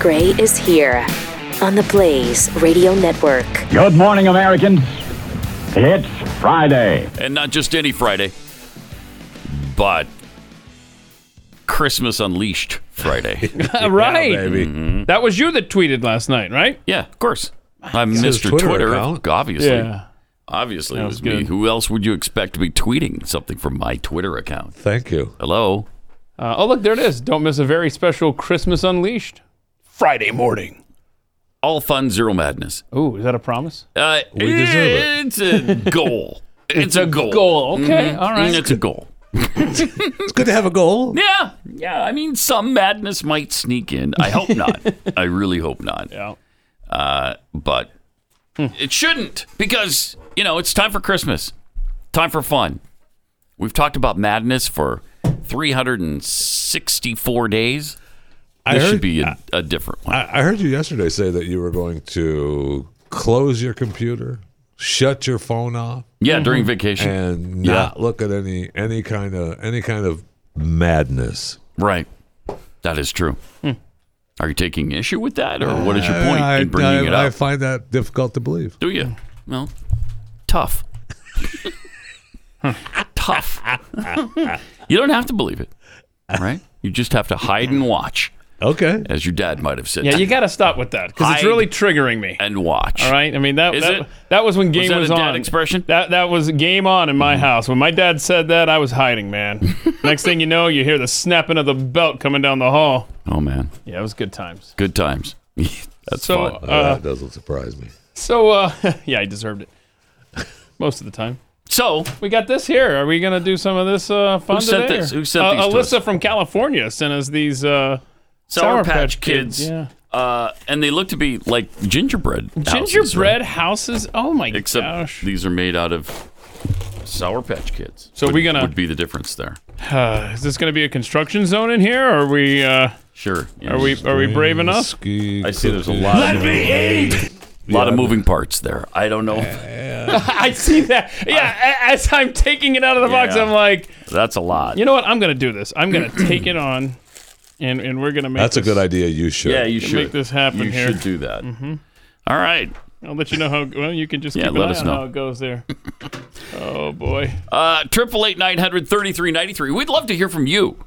Gray is here on the Blaze Radio Network. Good morning, Americans. It's Friday. And not just any Friday, but Christmas Unleashed Friday. right. baby. That was you that tweeted last night, right? Mm-hmm. yeah, of course. I'm his Mr. Twitter Twitter, account. obviously. Yeah. Obviously, it was was me. good. Who else would you expect to be tweeting something from my Twitter account? Thank you. Hello? Uh, oh, look, there it is. Don't miss a very special Christmas Unleashed Friday morning. All fun, zero madness. Ooh, is that a promise? Uh, We deserve it's a goal. It's, a, goal. goal. Okay, Mhm. all right. It's a goal. It's good to have a goal. Yeah, yeah. I mean, some madness might sneak in. I hope not. I really hope not. Yeah. Uh, but it shouldn't because, you know, it's time for Christmas, time for fun. We've talked about madness for 364 days. I This heard, should be a, a different one. I I heard you yesterday say that you were going to close your computer, shut your phone off, Mm-hmm. yeah, during vacation. and not look at any any kind of any kind of madness. Right. That is true. Hmm. Are you taking issue with that, or what is your point Uh, I, in bringing I- it I up? find that difficult to believe. Do you? Well, tough. tough. you don't have to believe it, right? You just have to hide and watch, Okay. as your dad might have said. Yeah, you got to stop with that because it's Hide. really triggering me. and watch. All right. I mean that Is that, it? that was when game that a dad on. expression? Mm-hmm. That that was game on in my house. When my dad said that, I was hiding, man. Next thing you know, you hear the snapping of the belt coming down the hall. Oh man, Yeah, it was good times. good times. That's so fun. Oh, uh that doesn't surprise me. so uh yeah, I deserved it. Most of the time. So We got this here. Are we gonna do some of this uh fun Who sent today, or- this? Who sent uh, these to Alyssa us? from California sent us these uh Sour Patch Kids, Yeah. uh, and they look to be like gingerbread. houses, Gingerbread right? houses. Oh my Except gosh. these are made out of Sour Patch Kids. So would, we gonna- would be the difference there. Uh, is this gonna be a construction zone in here or are we uh Sure. Yeah. are we are we brave enough? Ski, I see there's a cookie. lot. of A lot of moving parts there. I don't know. I see that. Yeah, a as I'm taking it out of the box, Uh, Yeah. I'm like, That's a lot. you know what? I'm gonna do this. I'm gonna take it on, and and we're gonna make That's a this- good idea. You should. yeah, you should Make this happen You here. Mm-hmm. should do that. All right. I'll let you know how. Well, you can just Yeah, keep an let eye us on know. how it goes there. oh boy. Uh, Triple eight nine hundred thirty three ninety three. We'd love to hear from you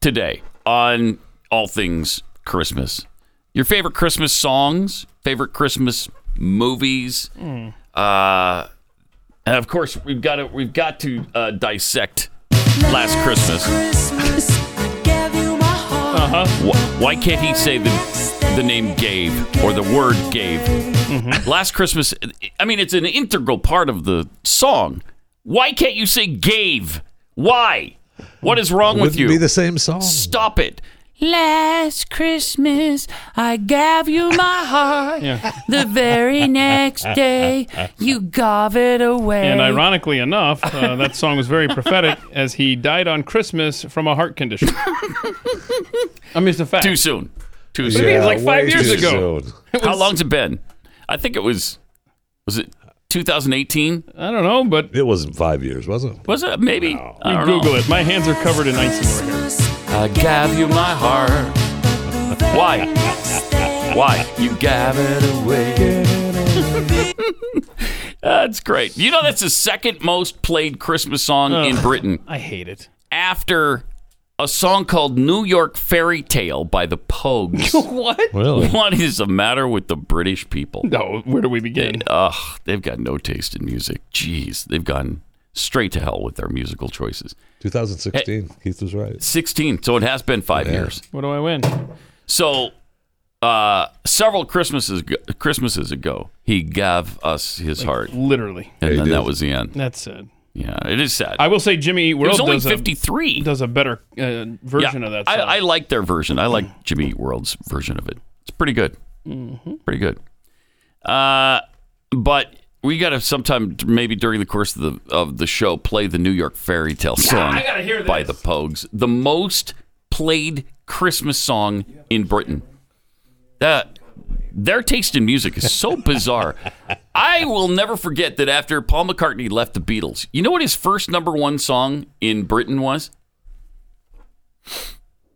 today on all things Christmas. Your favorite Christmas songs, favorite Christmas movies. Hmm. Uh, and of course, we've got to we've got to uh, dissect last Christmas. Wh- Why can't he say the, the name Gabe or the word Gabe? Last Christmas, I mean, it's an integral part of the song. Why can't you say Gabe? Why? What is wrong Wouldn't with you? be the same song. Stop it. Last Christmas, I gave you my heart. The very next day, you gave it away. And ironically enough, uh, that song was very prophetic, as he died on Christmas from a heart condition. I mean, it's a fact. Too soon. Too Yeah, soon. like five way years too ago. soon. How long's it been? I think it was, was it 2018? I don't know, but It wasn't five years, was it? Was it? Maybe. I you don't Google know. it. My hands are covered in ice and right I gave you my heart. Why? Why? You gave it away. that's great. You know, that's the second most played Christmas song Oh. in Britain I hate it. Hmm. after a song called New York Fairy Tale by the Pogues. What? Really? what is the matter with the British people? No. Where do we begin? Ugh, they've got no taste in music. Jeez, they've gone straight to hell with their musical choices. 2016. Keith was right. 16, so it has been five years. What do I win? So, uh, several Christmases Christmases ago, he gave us his heart, Literally. and he then did. that was the end. That's sad. Yeah, it is sad. I will say Jimmy Eat it World was only does, a, 53. does a better uh, version Yeah, of that I, song. Hmm. I like their version. I like Jimmy Eat World's version of it. It's pretty good. Mm-hmm. Pretty good. Uh, but we got to sometime maybe during the course of the of the show play the New York Fairy Tale song I gotta hear by the this. Pogues, the most played Christmas song in Britain. That their taste in music is so bizarre. I will never forget that after Paul McCartney left the Beatles, you know what his first number one song in Britain was?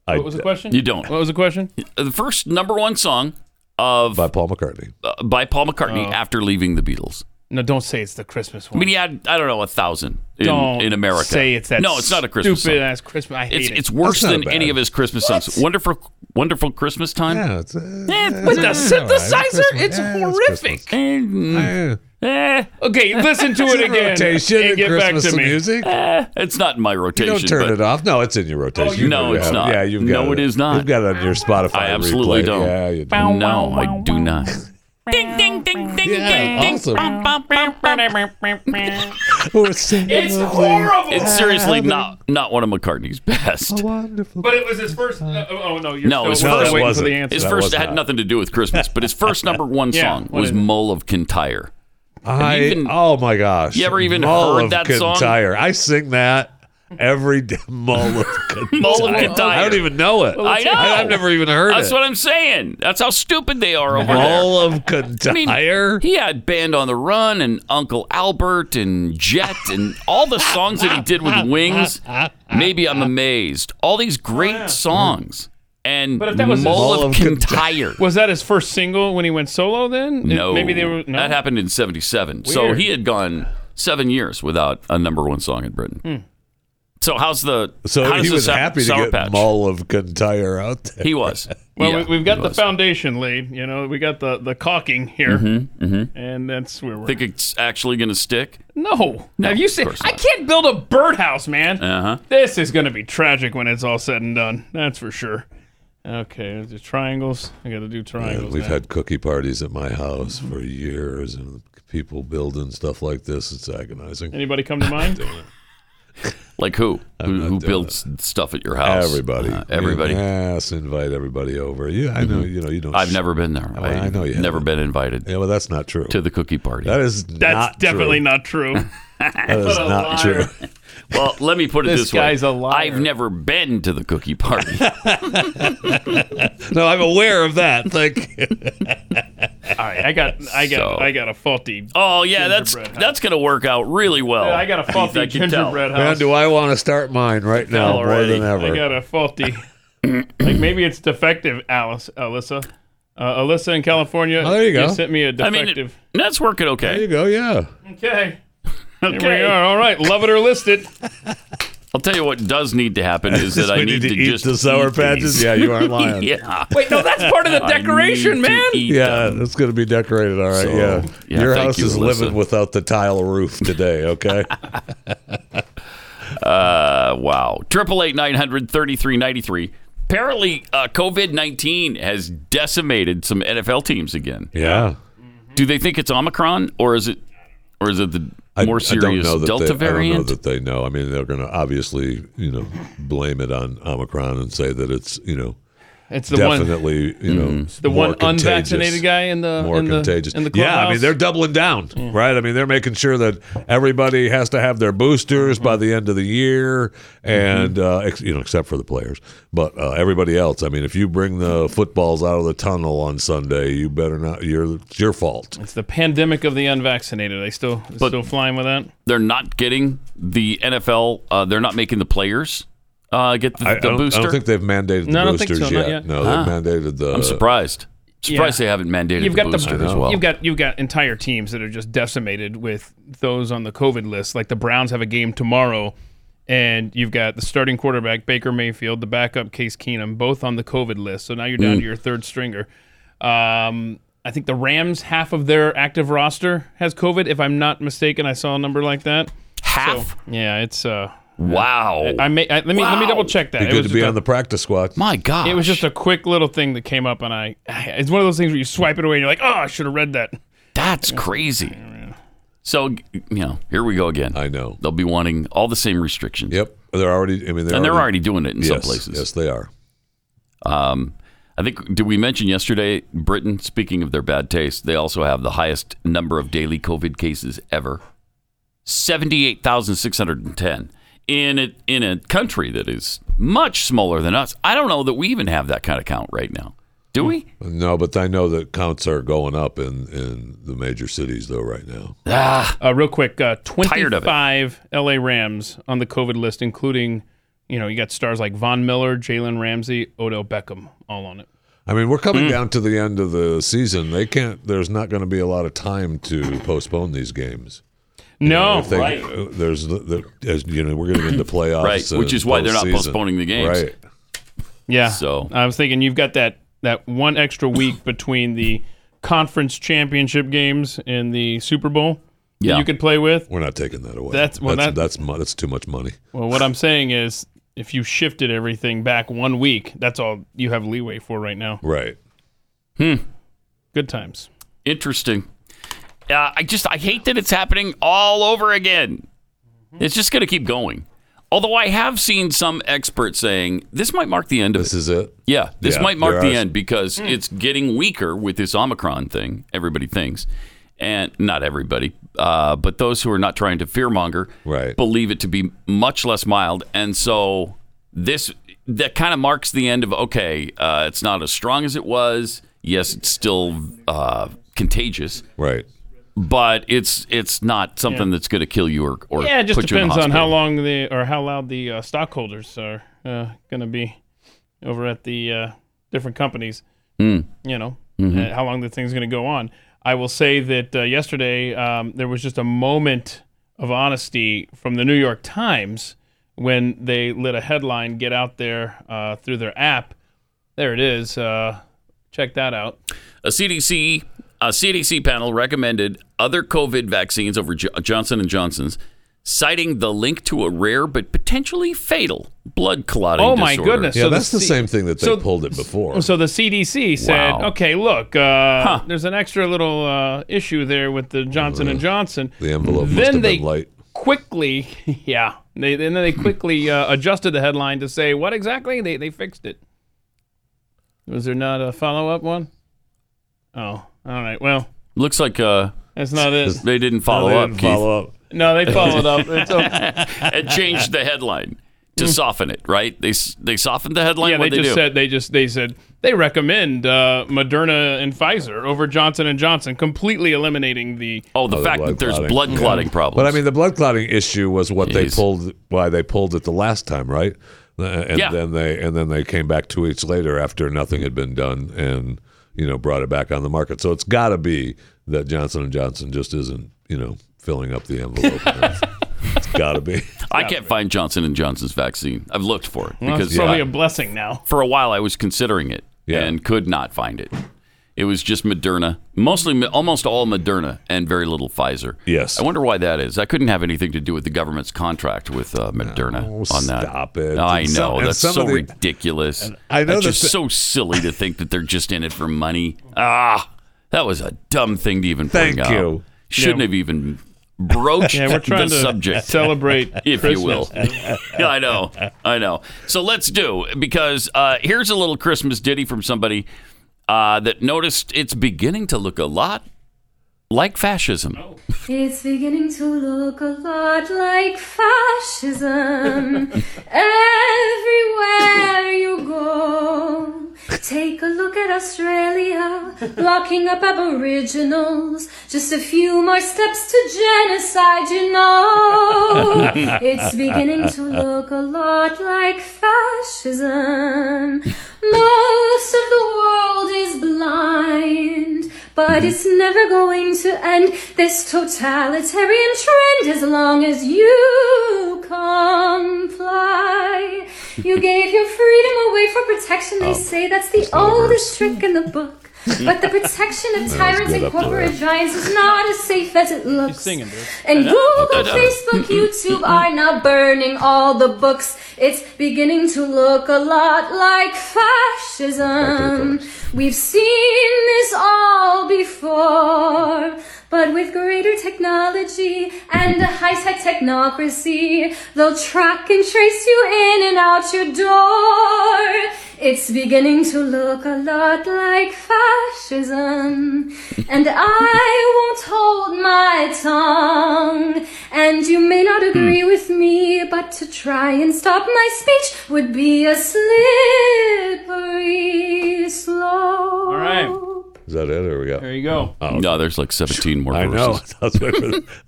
I, What was the question? You don't. What was the question? The first number one song of by Paul McCartney. uh, by Paul McCartney Oh. after leaving the Beatles. No, don't say it's the Christmas one. I mean, he had I don't know a thousand in, don't in America. Say it's that. no, it's not a Christmas Stupid song. ass Christmas. I hate It's it. it's worse That's not than any bad. of his Christmas songs. Wonderful, wonderful Christmas time. Yeah, it's, uh, Eh, with the all right. synthesizer, Christmas. it's Yeah, horrific. Christmas. Eh. Eh, okay, listen to it It's in again. rotation and in get Christmas back to me. music. Eh, it's not in my You rotation. don't turn but it off. No, it's in your rotation. You No, do it's have- not. Yeah, you've got No, it is not. You've got it on your Spotify. I absolutely replay. don't. Yeah, you do. No, Oh, I do not. ding ding ding ding Yeah, ding awesome. ding. Bum, bum, bum, bum. We're singing It's lovely, horrible. It's seriously not not one of McCartney's best. Wonderful. But it was his first. Uh, oh no, you're No, it's still, we're still first- waiting for wasn't. the answer. His That first was it had not. nothing to do with Christmas, but his first number one Yeah, song what was is it? "Mull of Kintyre." I even- oh my gosh! You ever even Mull heard of that song? Kintyre. I sing that every day. Mull of Kintyre. Mull of Kintyre. I don't even know Oh, it. I know. have never even heard That's it. what I'm saying. That's how stupid they are over there. Mull of Kintyre. He had Band on the Run and Uncle Albert and Jet and all the songs that he did with Wings. Maybe I'm amazed. All these great songs. And But if that was his- Mull Mull of of Kintyre. was that his first single when he went solo? Then No. maybe they were. No? That happened in 77. So Weird. he had gone seven years without a number one song in Britain. Hmm. So how's the. So how does he the was Sou- happy to Sour get Patch? Mull of Kintyre out there. He was. Well, Yeah, we, we've got he the was. foundation lead. You know, we got the the caulking here, and that's where we're. Mm-hmm. Think it's actually going to stick? no, have you seen? course I not. can't build a birdhouse, man. Uh huh. This is going to be tragic when it's all said and done. That's for sure. Okay, the triangles. I got to do Yeah, triangles. we've now. had cookie parties at my house for years, and people building stuff like this. It's agonizing. Anybody come to mind? Like who? Who, not who doing builds stuff at your house? Everybody, Uh, everybody. Mm-hmm. Yes, invite everybody over. Yeah, I know. You know, you don't. I've never been there. I know you Never haven't. been invited Yeah, well, that's not true. to the cookie party. that is That's not definitely true. not true. That is not true. well, let me put it this, This guy's way: a liar. I've never been to the cookie party. No, I'm aware of that. Thank you. all right, I got, I got, So- I got a faulty. oh yeah, that's Gingerbread house. that's gonna work out really well. I got a faulty I can tell. gingerbread Man, house. do I want to start mine right now Already. more than I ever? got a faulty. like maybe it's defective, Alice, Alyssa, uh, Alyssa in California. Oh, there you go. sent me a I mean, defective. it- that's working there you okay. go. Yeah. okay. Here Okay. we are. All right, love it or list it. I'll tell you what does need to happen is that I We need to, eat just the sour eat patches. these. Yeah, you aren't lying. yeah. Wait, no, that's part of the I need decoration, to man. eat Yeah, them. it's gonna be decorated, all right. So, yeah. yeah, your thank house you, is Alyssa. living without the tile roof today. Okay, Uh, wow. Triple eight nine hundred thirty three ninety three. Apparently, uh, COVID nineteen has decimated some NFL teams again. Mm-hmm. yeah. Do they think it's Omicron or is it or is it the I- more I don't serious know that Delta they, I variant? don't know that they know. I mean, they're going to obviously, you know, blame it on Omicron and say that it's, you know, It's the one, definitely, you know, Mm. the more one contagious. unvaccinated guy in the More in the contagious. in the yeah, I mean, clubhouse. they're doubling down, right? I mean, they're making sure that everybody has to have their boosters by the end of the year, and Mm-hmm. uh, ex- you know, except for the players, but uh, everybody else. I mean, if you bring the footballs out of the tunnel on Sunday, you better not. You're it's your fault. It's the pandemic of the unvaccinated. Are they still still flying with that. they're not getting the NFL. Uh, they're not making the players uh, get the, I, I the don't, booster. I don't think they've mandated the No, I don't think boosters so, not yet. yet. No, they've mandated the. I'm surprised. Surprised Yeah. they haven't mandated You've the got booster the as well. You've got you've got entire teams that are just decimated with those on the COVID list. Like the Browns have a game tomorrow, and you've got the starting quarterback Baker Mayfield, the backup Case Keenum, both on the COVID list. So now you're Mm. down to your third stringer. Um, I think the Rams half of their active roster has COVID. If I'm not mistaken, I saw a number like that. Half. Yeah, it's uh, wow. I may I, let me let me Wow. double check that. Be It good was to be just a- on the practice squad. My God. it was just a quick little thing that came up, and I. It's one of those things where you swipe it away, and you're like, "Oh, I should have read that." That's crazy. So you know, here we go again. I know. They'll be wanting all the same restrictions. Yep, they're already. I mean, they're And they're already already, doing it in some yes, places. Yes, they are. Um, I think, did we mention yesterday, Britain, speaking of their bad taste, they also have the highest number of daily COVID cases ever 78,610 in a, in a country that is much smaller than us. I don't know that we even have that kind of count right now. Do we? No, but I know that counts are going up in, in the major cities though right now. Uh, real quick, uh, Ah. of it. 25 LA Rams on the COVID list, including You know, you got stars like Von Miller, Jalen Ramsey, Odell Beckham, all on it. I mean, we're coming Hmm. down to the end of the season. They can't. There's not going to be a lot of time to postpone these games. No, If they- Oh, right. uh, There's the, the as you know we're getting into playoffs, Right, uh, which is why they're not postseason. postponing the games. Right. yeah. So- I was thinking you've got that that one extra week between the conference championship games and the Super Bowl. that Yeah. you could play with. We're not taking that away. That's- well, that's that- that's, mu- that's too much money. Well, what I'm saying is, if you shifted everything back one week, that's all you have leeway for right now. Hmm. Right. Good times. Interesting. Uh, I just I hate that it's happening all over again. It's just going to keep going. Although I have seen some experts saying this might mark the end of This it. is it. Yeah, this Yeah, might mark there the are- end because Hmm. it's getting weaker with this Omicron thing. Everybody thinks, and not everybody, uh, but those who are not trying to fearmonger Right. believe it to be much less mild, and so this that kind of marks the end of okay, uh, it's not as strong as it was. Yes, it's still uh, contagious, Right. but it's it's not something that's going to kill you or or Yeah, it just put you in the depends on hospital. how long the or how loud the uh, stockholders are uh, going to be over at the uh, different companies. Hmm. You know uh, how long the thing's going to go on. I will say that uh, yesterday um, there was just a moment of honesty from the New York Times when they let a headline get out there uh, through their app. There it is. Uh, check that out. a CDC a CDC panel recommended other COVID vaccines over J- Johnson and Johnson's, citing the link to a rare but potentially fatal blood clotting. Oh, my disorder. goodness. Yeah, So the that's the, C- same thing that they so- pulled it before. So the CDC said, Wow. okay, look, uh, there's an extra little uh, issue there with the Johnson and Johnson. the envelope must then have they been light. quickly, yeah, they, and then they quickly uh, adjusted the headline to say what exactly they they fixed it. Was there not a follow up one? Oh, all right. Well, Looks like uh, that's not it. they didn't follow They up. didn't Keith, follow up. No, they followed up. It's okay. and changed the headline to soften it. Right? They s- they softened the headline. Yeah, they What'd just do? said they just they said they recommend uh, Moderna and Pfizer over Johnson and Johnson, completely eliminating the oh, the Oh, the fact blood that there's clotting. blood Yeah. clotting problems. But I mean, the blood clotting issue was what they Jeez. pulled. Why they pulled it the last time, right? Uh, And Yeah. then they and then they came back two weeks later after nothing had been done, and you know brought it back on the market. So it's got to be that Johnson and Johnson just isn't you know filling up the envelope. it's got to be. I can't find Johnson and Johnson's vaccine. I've looked for it Well, because uh, it's probably I- a blessing now. for a while I was considering it Yeah. and could not find it. It was just Moderna, mostly almost all Moderna and very little Pfizer. Yes. I wonder why that is. I couldn't have anything to do with the government's contract with uh, Moderna Oh, on that. stop it. I know And some- and that's some so of the- ridiculous. I know that's that just the- so silly to think that they're just in it for money. Ah, that was a dumb thing to even bring Thank up. you. Shouldn't Yeah. have even broached Yeah, we're trying the to subject celebrate, if Christmas. you will. Yeah, I know, I know. So let's do because uh, here's a little Christmas ditty from somebody uh, that noticed it's beginning to look a lot like fascism. It's beginning to look a lot like fascism everywhere you go. Take a look at Australia, locking up Aboriginals. Just a few more steps to genocide, you know. It's beginning to look a lot like fascism. Most of the world is blind, but it's never going to end. This totalitarian trend, as long as you comply. You gave your freedom away for protection. They say that's the oldest trick in the book. But the protection of tyrants good and up there. corporate giants is not as safe as it looks. singing, dude. And Google, know. Facebook, YouTube are now burning all the books. It's beginning to look a lot like fascism. We've seen this all before. But with greater technology and a high-tech technocracy, they'll track and trace you in and out your door. It's beginning to look a lot like fascism. And I won't hold my tongue. And you may not agree with me, but to try and stop my speech would be a slippery slope. right. Is that it? Or we got? There you go. No, there's like 17 more I verses. know. That's what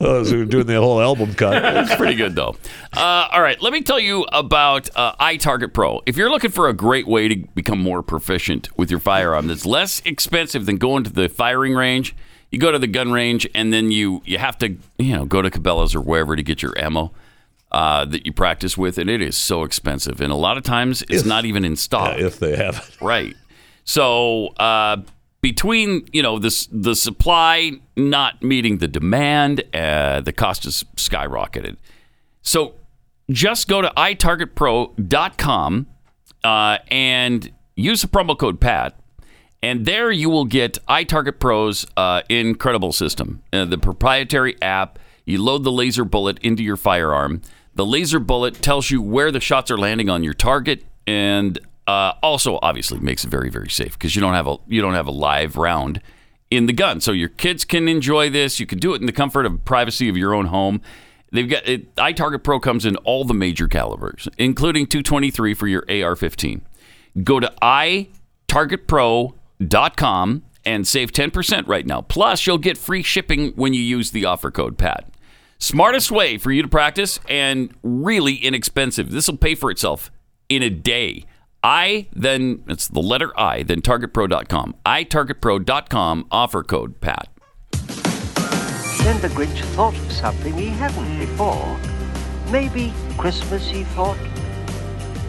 I was doing the whole album cut. It's pretty good though. Uh, all right, let me tell you about uh, iTarget Pro. If you're looking for a great way to become more proficient with your firearm, that's less expensive than going to the firing range. You go to the gun range, and then you you have to you know go to Cabela's or wherever to get your ammo uh, that you practice with, and it is so expensive. And a lot of times it's not even in stock. if they have it. Right. So uh, between you know this the supply not meeting the demand, uh, the cost is skyrocketed. So just go to itargetpro.com uh, and use the promo code PAT. And there you will get iTarget Pro's uh, incredible system, uh, the proprietary app. You load the laser bullet into your firearm. The laser bullet tells you where the shots are landing on your target, and uh, also obviously makes it very, very safe because you don't have a you don't have a live round in the gun. So your kids can enjoy this. You can do it in the comfort of privacy of your own home. They've got it, iTarget Pro comes in all the major calibers, including 223 for your AR-15 go to itargetpro.com and save 10% right now. Plus, you'll get free shipping when you use the offer code PAT. Smartest way for you to practice and really inexpensive. This will pay for itself in a day. I then, it's the letter I, then targetpro.com. itargetpro.com, offer code PAT. Then the Grinch thought of something he hadn't before. Maybe Christmas, he thought,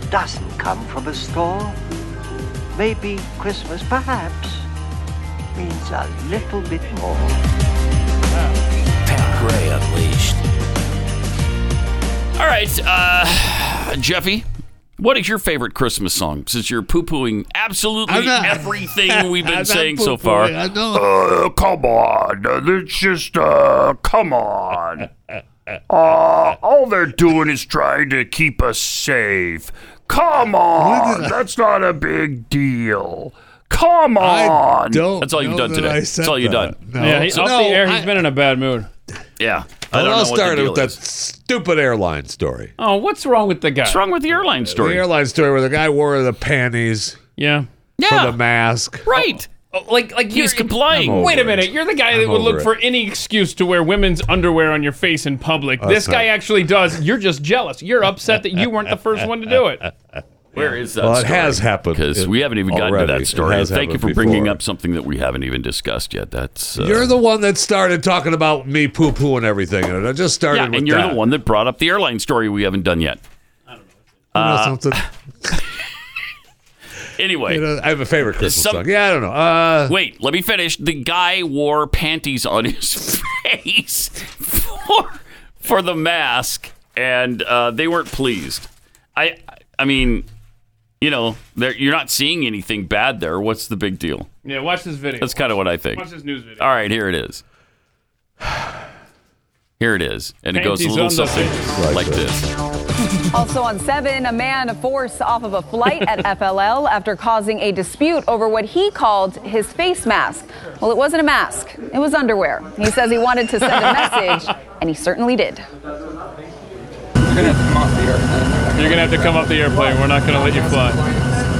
doesn't come from a store. Maybe Christmas, perhaps, means a little bit more. Pat Gray Unleashed. All right, uh, Jeffy, what is your favorite Christmas song since you're poo pooing absolutely I'm not- everything we've I'm been not saying so far? poo-pooing, I know. Uh, come on. Uh, It's just, uh, come on. Uh, all they're doing is trying to keep us safe. Come on. That's not a big deal. Come I on. don't That's all you've know done that today. I That's said all you've that. done. No. Yeah, he, off No, the air, I- he's been in a bad mood. Yeah. I It don't know all what the started deal with that is. stupid airline story. Oh, what's wrong with the guy? What's wrong with the airline The story? airline story where the guy wore the panties Yeah. for the mask. Right. Oh, Like, like He's complying. Wait a minute. You're the guy that I'm would over look it. for any excuse to wear women's underwear on your face in public. this guy actually does. You're just jealous. You're upset that you weren't the first one to do it. Where is that Well, it story? has happened. Because It- we haven't even gotten to already. that It story. has Thank you for happened bringing before. up something that we haven't even discussed yet. That's uh, You're the one that started talking about me poo pooing everything, and I just started yeah, with and you're that. the one that brought up the airline story we haven't done yet. Uh, You know something? Anyway, You know, I have a favorite Christmas some- song. Yeah, I don't know. Uh, wait, let me finish. The guy wore panties on his face for for the mask, and uh, they weren't pleased. I I mean, you know, there- you're not seeing anything bad there. What's the big deal? Yeah, watch this video. That's kind of what I think. Watch this news video. All right, here it is. Here it is, and it goes a Panties little on the something Right, like right. this. Also on 7, a man forced off of a flight at FLL after causing a dispute over what he called his face mask. Well, it wasn't a mask, it was underwear. He says he wanted to send a message, and he certainly did. You're going to have to come off the airplane. We're not going to let you fly.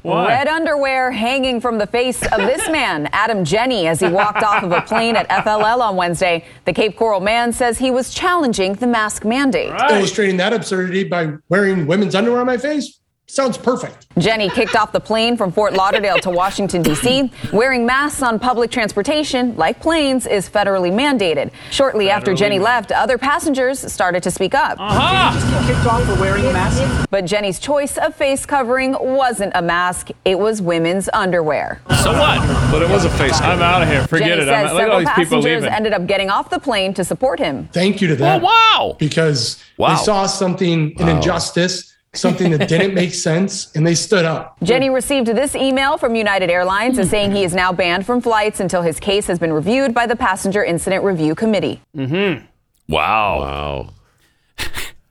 Why? Red underwear hanging from the face of this man, Adam Jenny, as he walked off of a plane at FLL on Wednesday. The Cape Coral man says he was challenging the mask mandate. illustrating that absurdity by wearing women's underwear on my face sounds perfect. Jenny kicked off the plane from Fort Lauderdale to Washington, D.C. Wearing masks on public transportation, like planes, is federally mandated. Shortly after Jenny left, other passengers started to speak up. Uh-huh. But Jenny's choice of face covering wasn't a mask, it was women's underwear. So what? but it was a face. I'm out of here. Forget Jenny it. I'm says out. Look at all several these people passengers leaving. ended up getting off the plane to support him. Thank you to Oh that wow! because Wow. they saw something, an injustice, something that didn't make sense, and they stood up. Jenny received this email from United Airlines saying he is now banned from flights until his case has been reviewed by the Passenger Incident Review Committee. Mm-hmm. Wow. Wow.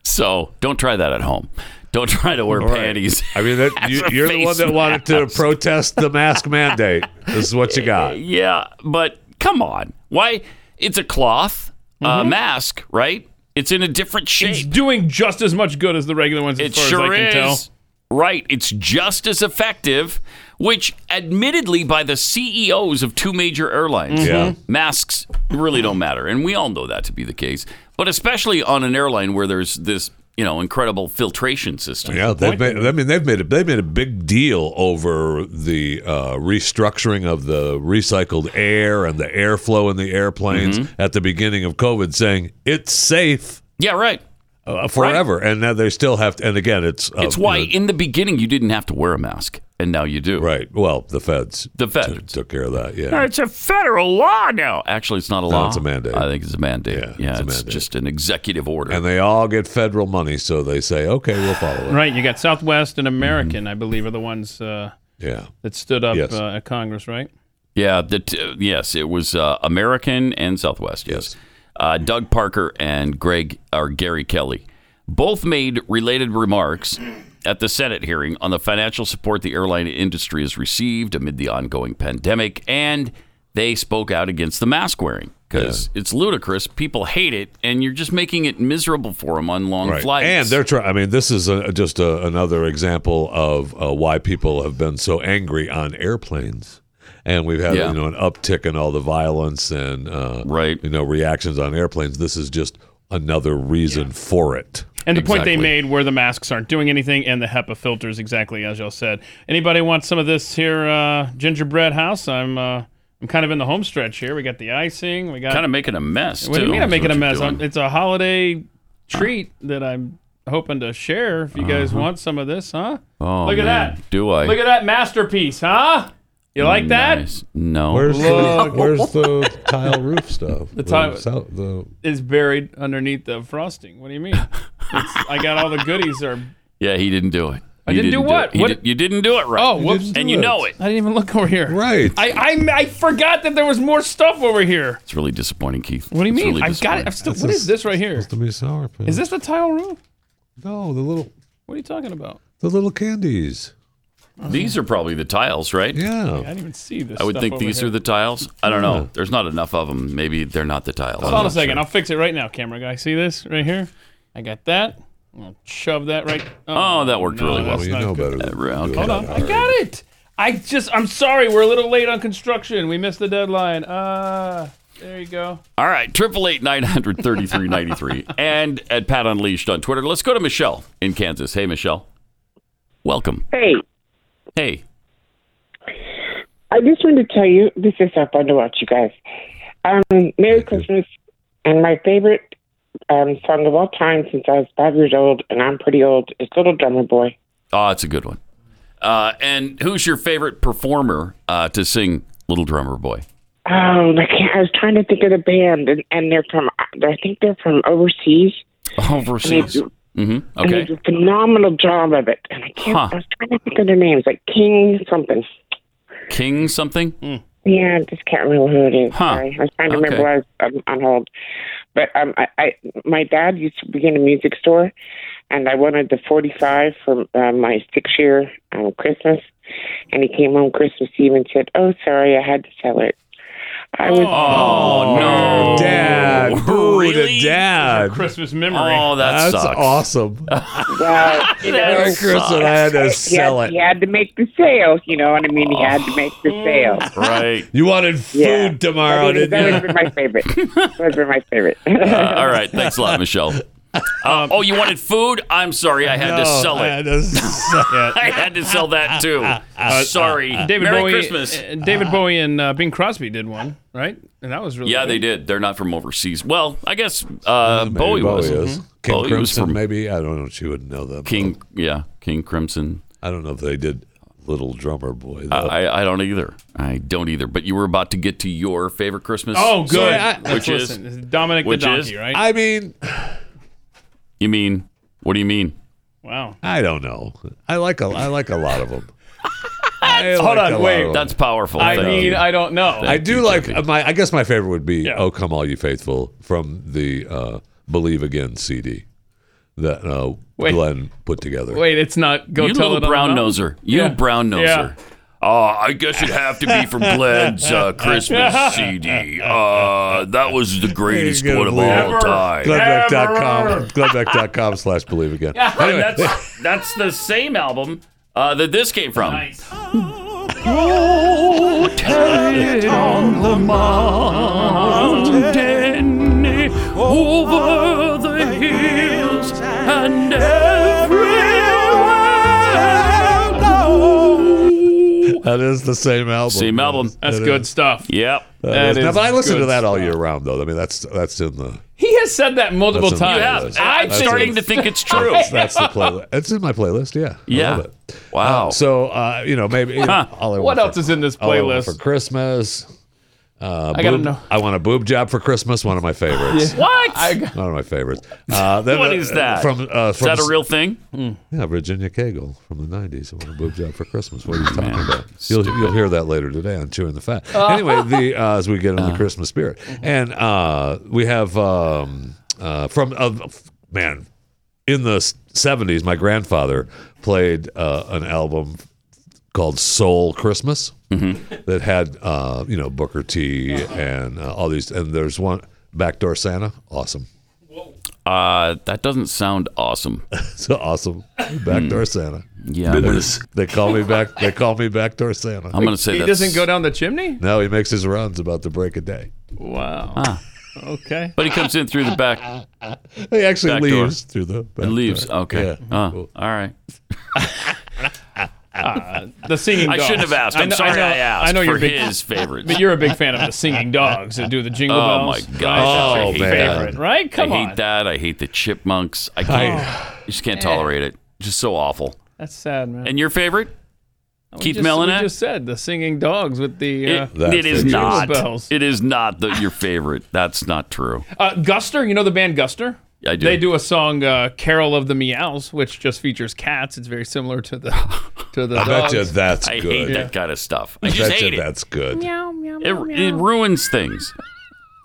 So don't try that at home. Don't try to wear All right. panties. I mean, that, you, as a you're the one face that wanted mask. to protest the mask mandate. This is what you got. Yeah, but come on. Why? It's a cloth Mm-hmm. uh, mask, right? It's in a different It's shape. doing just as much good as the regular ones, as it far sure as I can is. tell. Right. It's just as effective which admittedly by the CEOs of two major airlines. Mm-hmm. Yeah. Masks really don't matter, and we all know that to be the case. But especially on an airline where there's this, you know, incredible filtration system. Yeah, they've made, I mean, they've made a, they've made a big deal over the uh, restructuring of the recycled air and the airflow in the airplanes Mm-hmm. at the beginning of COVID, saying it's safe Yeah, right. uh, forever, and now they still have to. And again, it's uh, It's why you know, in the beginning you didn't have to wear a mask, and now you do. right. Well, the feds The t- feds. took care of that. Yeah, It's a federal law now. Actually, it's not a law. it's a mandate. I think it's a mandate. Yeah, Yeah, it's, it's a mandate. just an executive order. and they all get federal money, so they say, okay, we'll follow it. Right, you got Southwest and Mm-hmm. American, I believe, are the ones uh, Yeah, that stood up Yes. uh, at Congress, right? yeah, the t- yes, it was uh, American and Southwest. Yes. Uh, Doug Parker and Greg or Gary Kelly both made related remarks at the Senate hearing on the financial support the airline industry has received amid the ongoing pandemic, and they spoke out against the mask wearing because it's ludicrous. People hate it, and you're just making it miserable for them on long right. flights. And they're trying. I mean, this is a, just a, another example of uh, why people have been so angry on airplanes. And we've had Yeah. you know an uptick in all the violence and uh, Right. you know reactions on airplanes. This is just another reason for it. And the point they Exactly. made where the masks aren't doing anything and the HEPA filters, exactly as y'all said. Anybody want some of this here uh, gingerbread house? I'm uh, I'm kind of in the home stretch here. We got the icing. We got kind of making a mess. What do too, you mean I'm is making what a you're mess? doing. I'm- It's a holiday treat that I'm hoping to share. If you guys want some of this, huh? Uh-huh. Oh, Look at man. that. Do I? Look at that masterpiece, huh? You like that? Nice. No. Where's the, Look. where's the tile roof stuff? The tile- sou- the- It's buried underneath the frosting. What do you mean? It's, I got all the goodies. Are yeah, he didn't do it. I He didn't do what? it. He What- did- you didn't do it right. oh whoops! and you know it. I didn't even look over here. right. I, I I forgot that there was more stuff over here. It's really disappointing, Keith. What do you It's mean? really I've got it. I've disappointing. still. What is this right here? Supposed to be sour pan. Is this the tile room? no the little What are you talking about? the little candies? These are probably the tiles, right? I Yeah, didn't even see this. I would stuff think over these here. are the tiles. I don't know. There's not enough of them. Maybe they're not the tiles. Hold on a second. I'll fix it right now, camera guy. See this right here? I got that. I'm gonna shove that right. Oh, that worked really well. well, you not know good. better. Than Uh, okay. doing Hold that. Hold on. I got it. I just. I'm sorry. We're a little late on construction. We missed the deadline. Uh, there you go. All right. Triple eight nine hundred thirty three ninety three and at Pat Unleashed on Twitter. Let's go to Michelle in Kansas. Hey, Michelle. Welcome. Hey, Hey. I just wanted to tell you this is so fun to watch you guys. Um, Merry Christmas, and my favorite um, song of all time since I was five years old, and I'm pretty old, is Little Drummer Boy. Oh, it's a good one. Uh, and who's your favorite performer uh, to sing Little Drummer Boy? Oh, and I can't. I was trying to think of the band, and, and they're from. I think they're from overseas. And they Overseas. do, hmm and they Okay. do a phenomenal job of it. And I can't. Huh. I was trying to think of their names, like King something. King something? Hmm. Yeah, I just can't remember who it is. Huh. Sorry. I was trying to Okay. remember why I was um, on hold. But um, I, I, my dad used to be in a music store, and I wanted the 45 for uh, my six year um, Christmas. And he came home Christmas Eve and said, Oh, sorry, I had to sell it. I was. Oh, no. Oh. Dad, boo Really? to dad. Christmas memory. Oh, that That's sucks. awesome. Well, you know, Merry Christmas. I had to he had, sell it. he had to make the sale. You know what I mean? He had to make the Oh. sale. Right. You wanted food Yeah. tomorrow, But it- didn't you? Those were my favorite. Those were my favorite. Uh, all right. Thanks a lot, Michelle. Uh, oh, you wanted food? I'm sorry. I had to Um, No, sell I it. had to sell- Uh, I had to sell that too. Uh, sorry. David Merry Bowie. Christmas. uh, David Bowie and uh, Bing Crosby did one, right? And that was really. yeah, they good. did. They're not from overseas. Well, I guess uh, Maybe Bowie, was. is. Mhm. King Bowie Crimson, was from maybe. I don't know. if She would know them. King. Yeah, King Crimson. I don't know if they did Little Drummer Boy. though. I, I don't either. I don't either. But you were about to get to your favorite Christmas. Oh, good. Sorry, I- Let's Which is- listen. This Dominic which the is- donkey, right? I mean, You mean? What do you mean? wow. I don't know. I like a, I like a lot of them. I like on, a lot wait. of them. That's powerful. I Thank mean, you. I don't know. I do you, like Jeffy. my. I guess my favorite would be Yeah. "Oh Come All You Faithful" from the uh, "Believe Again" CD that uh, Wait. Glenn put together. Wait, it's not. Go you tell it little on the brown mountain. noser. You Yeah. brown noser. Uh, I guess it'd have to be from Glenn's uh, Christmas CD. Uh, that was the greatest You're one gonna of believe it. all time. Glenbeck.com. Glenbeck.com slash believe again. And that's that's the same album uh, that this came from. Nice. rotate on the mountain, over the hills and everywhere. That is the same album. Same album. That's It good is. stuff. Yep. That That is. Now, is but I listen to good that all year round, though. I mean, that's that's in the He has said that multiple That's a- times. You Yeah, That's- I'm that's starting it. to think it's true. that's the playlist. It's in my playlist. Yeah. I Yeah. love it. Wow. Uh, so uh, you know maybe you know, Huh. all I What want else is in this all I want playlist? for Christmas? Uh, I gotta boob- know. I want a boob job for Christmas. One of my favorites. What? One of my favorites. Uh, then, what uh, is that? From, uh, is from that a real thing? Hmm. Yeah, Virginia Cagle from the '90s. I want a boob job for Christmas. What are you Oh, talking about? You'll, you'll hear that later today on Chewing the Fat. Anyway, the uh, as we get Uh-huh. into the Christmas spirit, Mm-hmm. and uh, we have um, uh, from uh, f- man in the s- '70s. My grandfather played uh, an album called Soul Christmas Mm-hmm. that had uh, you know Booker T Uh-huh. and uh, all these. And there's one Backdoor Santa. Awesome. Uh, that doesn't sound awesome. It's awesome. Backdoor Santa. Hmm. Yeah, I'm gonna, They call me back. They call me backdoor Santa. I'm gonna say He that doesn't go down the chimney? No, he makes his rounds about the break of day. Wow. Ah. Okay. But he comes in through the back He actually Back door. leaves through the back and leaves. door. Okay. Yeah. Uh, all right. Uh, The singing I dogs. shouldn't have asked. I'm I know- I sorry I, know- asked. I know for you're a big- his favorites. But you're a big fan of the singing dogs that do the jingle Oh my bells. gosh! Oh, I hate man. that. Right? Come I on. hate that. I hate the chipmunks. I can't. I just can't tolerate it. Just so awful. That's sad, man. And your favorite? We Keith just, Mellon we act? just said the singing dogs with the. Uh, It- it That's is the jingle not. bells. It is not the, your favorite. That's not true. Uh, Guster, you know the band Guster? I do. They do a song, uh, "Carol of the Meows," which just features cats. It's very similar to the to the I bet dogs. you that's I good. hate that kind of stuff. I I just bet hate you it. that's good. It, it ruins things.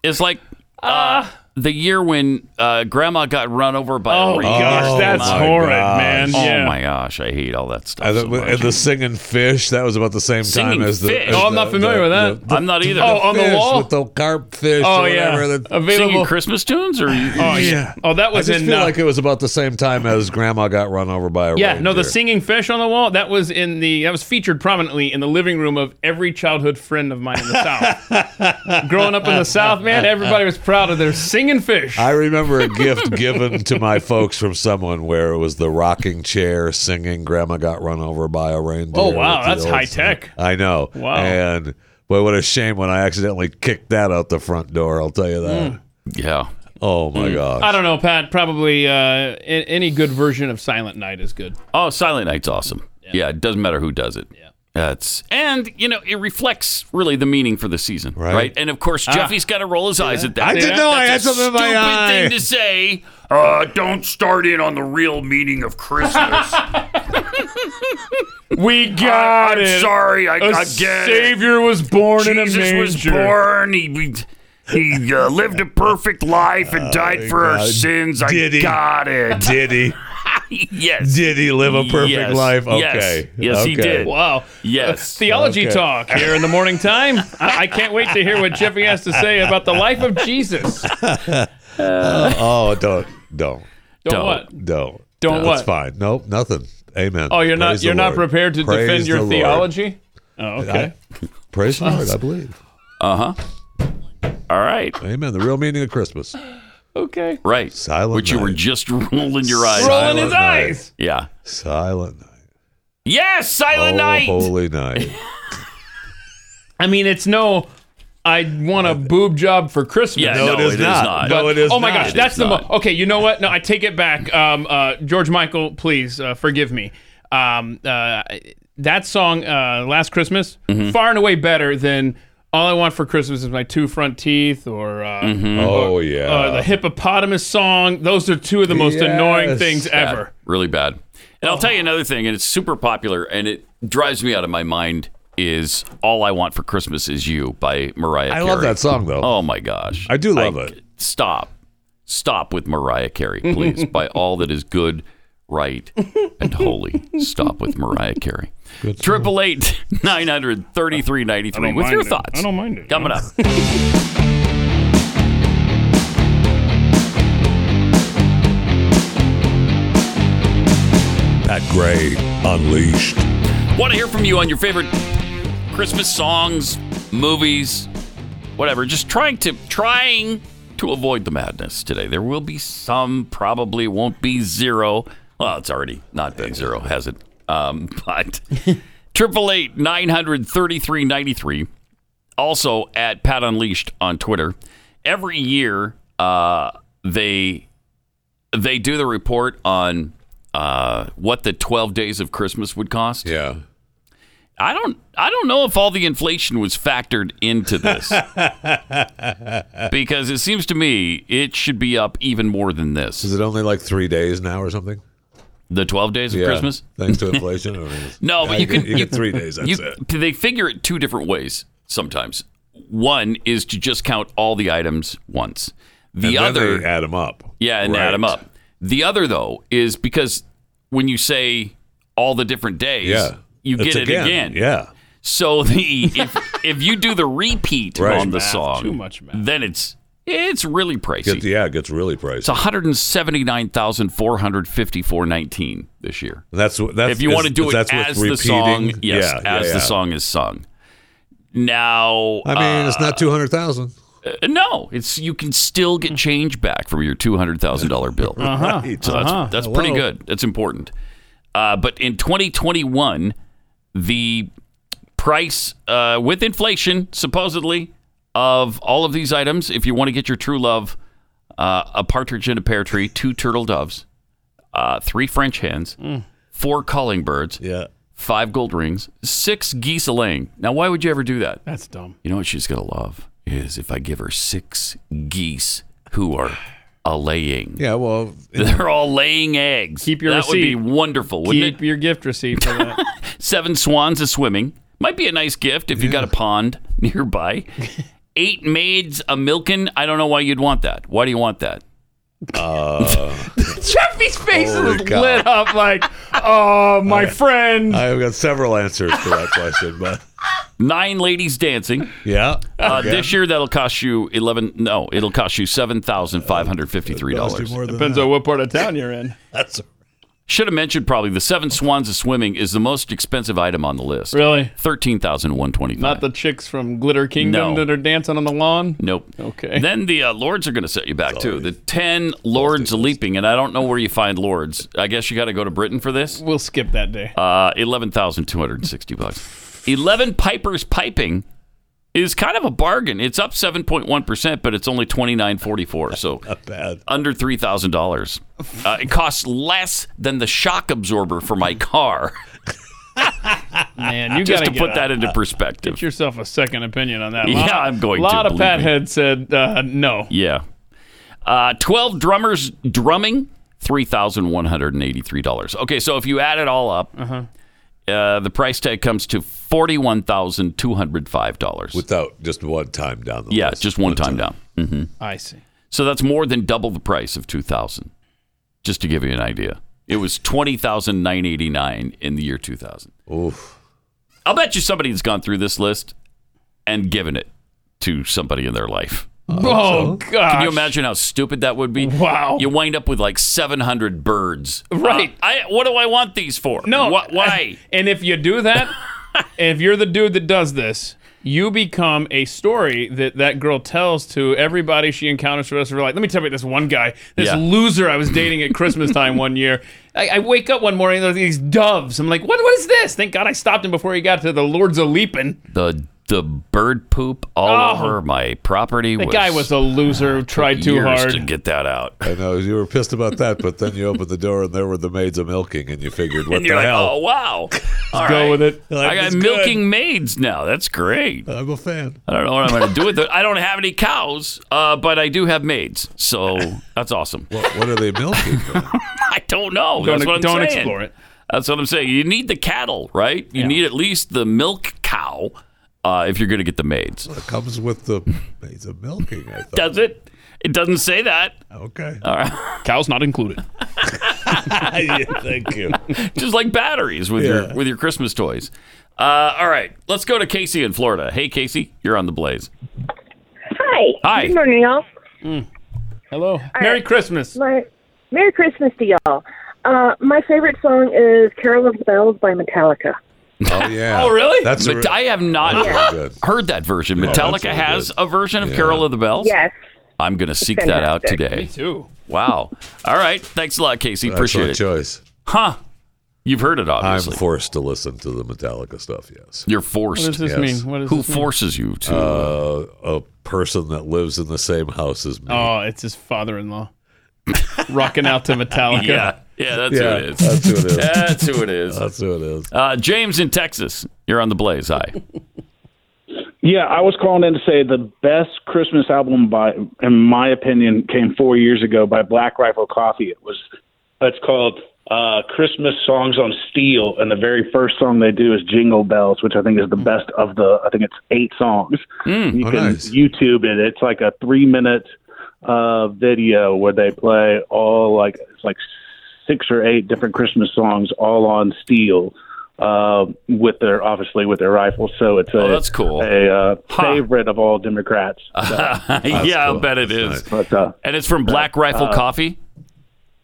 It's like uh, Ah. the year when uh, Grandma got run over by Oh my a rail. gosh, Oh that's my horrid, gosh. man. Oh yeah. my gosh, I hate all that stuff. And, the, so much. and the singing fish that was about the same Singing time as the. fish? as Oh, I'm the- not familiar with that. I'm not either. Oh, on the fish wall? with the carp fish. Oh or yeah, whatever that- singing available. Christmas tunes or oh yeah. Oh, that I was just in. feel uh, like it was about the same time as Grandma got run over by a. yeah, no, the reindeer. singing fish on the wall. That was in the. That was featured prominently in the living room of every childhood friend of mine in the South. Growing up in the South, man, everybody was proud of their singing fish. I remember a gift given to my folks from someone where it was the rocking chair singing "Grandma Got Run Over by a Reindeer." Oh, wow, with the that's old high song. tech. I know. Wow. And boy, what a shame when I accidentally kicked that out the front door. I'll tell you that. yeah. Oh my gosh. Hmm. I don't know, Pat. Probably uh, a- any good version of Silent Night is good. Oh, Silent Night's awesome. Yeah. it doesn't matter who does it. Yeah. That's and you know it reflects really the meaning for the season, right? Right. And of Ah. course, Jeffy's got to roll his eyes at that. I didn't That's know I a had something in my stupid eye. thing to say. Uh, don't start in on the real meaning of Christmas. We got I'm sorry, I, A I get it. Savior was born in a Jesus manger. was born. He he uh, lived a perfect life and died for our Uh, God. sins. I Did he? got it. Did he? yes. Did he live a perfect Yes. life? Yes. Okay. Yes, he Okay. did. Wow. Yes. Theology Okay. talk here in the morning time. I, I can't wait to hear what Jeffy has to say about the life of Jesus. Don't, Oh, don't, don't, Don't. what? don't. Don't That's what? fine. Nope, nothing. Amen. Oh, you're Praise not the you're not Lord. prepared to Praise defend your the Lord. theology? Oh, okay. I- praise the Lord, I believe. Uh-huh. All right. Amen. The real meaning of Christmas. okay. Right. Silent Which you were night. just rolling your eyes. Silent Rolling his night. eyes. Yeah. Silent night. Yes, Silent oh, Night. holy night. I mean, it's no I want a boob job for Christmas. Yeah, Uh, No, no, it is it is not. not. No, it is Oh my not. gosh, It that's is the mo- not. okay. You know what? No, I take it back. Um, uh, George Michael, please uh, forgive me. Um, uh, that song, uh, "Last Christmas," Mm-hmm. far and away better than "All I Want for Christmas Is My Two Front Teeth" or uh, Mm-hmm. Oh yeah. uh, the hippopotamus song. Those are two of the most annoying Yes. things Bad. ever. Really bad. And I'll tell you another thing, and it's super popular, and it drives me out of my mind. Is all I want for Christmas is you by Mariah. I Carey. love that song though. Oh my gosh, I do love it. Stop, stop with Mariah Carey, please. by all that is good, right, and holy, stop with Mariah Carey. Triple eight nine hundred thirty three ninety three. With your thoughts, mind it. coming up. Pat Gray unleashed. Want to hear from you on your favorite Christmas songs, movies, whatever. Just trying to trying to avoid the madness today. There will be some, probably won't be zero. Well, it's already not been zero, has it? Um, but triple eight nine hundred thirty three ninety three. Also at Pat Unleashed on Twitter. Every year, uh, they they do the report on uh, what the twelve days of Christmas would cost. Yeah. I don't I don't know if all the inflation was factored into this because it seems to me it should be up even more than this. Is it only like three days now or something? The 12 days of Christmas? Thanks to inflation. I mean, it's- No, yeah, but you get- can- you get three days. That's You, it. they figure it two different ways sometimes. One is to just count all the items once. The and other then they add them up. Yeah, and add 'em Right. add them up. The other though is because when you say all the different days, Yeah, you It's get it again. Yeah, So the if if you do the repeat Right. on the Math, song, too much math. then it's it's really pricey. Get- yeah, it gets really pricey. it's one hundred seventy nine thousand four hundred fifty four nineteen this year. that's what. That's If you want to is- do it that's with as the repeating? song, yes, yeah, as yeah, the yeah. song is sung. Now, I mean, it's not two hundred thousand. uh, no, it's you can still get change back from your two hundred thousand dollar bill. Uh-huh, So that's, that's pretty good. That's important. Uh, but in 2021, the price uh, with inflation, supposedly, of all of these items, if you want to get your true love, uh, a partridge in a pear tree, two turtle doves, uh, three French hens, Mm. four calling birds, Yeah. five gold rings, six geese a laying. Now, why would you ever do that? That's dumb. You know what she's going to love is if I give her six geese who are a laying. Yeah. Well, They're all laying eggs. Keep your that would be receipt. wonderful, wouldn't Keep it? your gift receipt for that. Seven swans a swimming might be a nice gift if you got a pond nearby. Eight maids a milking. I don't know why you'd want that. Why do you want that? Uh, Jeffy's face Holy is cow. lit up like, oh, my friend. I've got several answers to that question, but Nine ladies dancing. yeah, Uh, Okay. This year that'll cost you eleven. No, it'll cost you seven thousand five hundred fifty-three Cost you dollars. more than Depends that. on what part of town you're in. That's Should have mentioned probably the seven swans a swimming is the most expensive item on the list. Really? Thirteen thousand one twenty-five. Not the chicks from Glitter Kingdom No. that are dancing on the lawn? Nope. Okay. Then the uh, lords are going to set you back too. The ten lords leaping, and I don't know where you find lords. I guess you got to go to Britain for this. We'll skip that day. Uh, eleven thousand two hundred sixty bucks. Eleven pipers piping is kind of a bargain. It's up seven point one percent, but it's only twenty nine forty four. So bad. under three thousand uh, dollars. It costs less than the shock absorber for my car. Man, you got Just to put that into perspective. Get yourself a second opinion on that. Yeah, I'm going A lot to, of believe me. patheads said uh, no. Yeah. Uh, 12 drummers drumming, $3,183. Okay, so if you add it all up, Uh-huh. uh the price tag comes to $41,205. without just one time down the yeah, list. just one time down. I see. So that's more than double the price of 2000 just to give you an idea. It was 20989 in the year 2000. Oof. I'll bet you somebody has gone through this list and given it to somebody in their life. Oh, God. Can you imagine how stupid that would be? Wow. You wind up with like 700 birds. Right. Uh, I, what do I want these for? Um, No. Wh- why? And if you do that, if you're the dude that does this, you become a story that that girl tells to everybody she encounters for the rest of her life. Let me tell you about this one guy, this Yeah. loser I was dating at Christmas time one year. I, I wake up one morning, there's these doves. I'm like, what? What is this? Thank God I stopped him before he got to the Lords of Leaping. Uh, the the bird poop all Oh. over my property. That guy was a loser. tried too years hard. to get that out. I know you were pissed about that, but then you opened the door and there were the maids a milking, and you figured, what And you're the like, hell? oh wow. All Go right. with it. Like, I got it's good. milking maids now. That's great. I'm a fan. I don't know what I'm going to do with it. I don't have any cows, uh, but I do have maids, so that's awesome. What, what are they milking? though? I don't know. Don't, that's what I'm don't saying. explore it. That's what I'm saying. You need the cattle, right? You need at least the milk cow uh, if you're going to get the maids. it comes with the maids a milking. I thought. Does it? It doesn't say that. Okay. Cows not included. Yeah, thank you. Just like batteries with your Yeah. with your Christmas toys. Uh, all right, let's go to Casey in Florida. Hey, Casey, you're on the blaze. Hi. Hi. Good morning, y'all. Mm. Hello. Merry Christmas. My Merry Christmas to y'all. Uh, my favorite song is "Carol of the Bells" by Metallica. Oh yeah. Oh, really? That's a But re- I have not That's really good. heard that version. No, that's Metallica really has good. a version of Carol of the Bells. Yes. I'm going to seek that out Fantastic. today. Too. Wow. All right. Thanks a lot, Casey. Appreciate it. Excellent choice. Huh. You've heard it, I'm obviously. forced to listen to the Metallica stuff. Yes. You're What does forced. this Yes. mean? What does Who this mean? forces you to? Uh, a person that lives in the same house as me. Oh, it's his father-in-law. Rocking out to Metallica. yeah. Yeah, that's yeah, who it is. that's who it is. That's who it is. That's who it is. Uh, James in Texas. You're on the blaze. Hi. Yeah, I was calling in to say the best Christmas album by, in my opinion, came four years ago by Black Rifle Coffee. It was, it's called uh, Christmas Songs on Steel, and the very first song they do is Jingle Bells, which I think is the best of the. I think it's eight songs. you Hmm. Oh, can nice. YouTube it. It's like a three minute uh, video where they play all like it's like six or eight different Christmas songs all on steel. Uh, with their obviously with their rifles, so it's a Oh, that's cool. a uh, Huh. favorite of all Democrats. So, yeah, I'll cool. bet it That's is. nice. but uh, And it's from Black Uh, Rifle Coffee.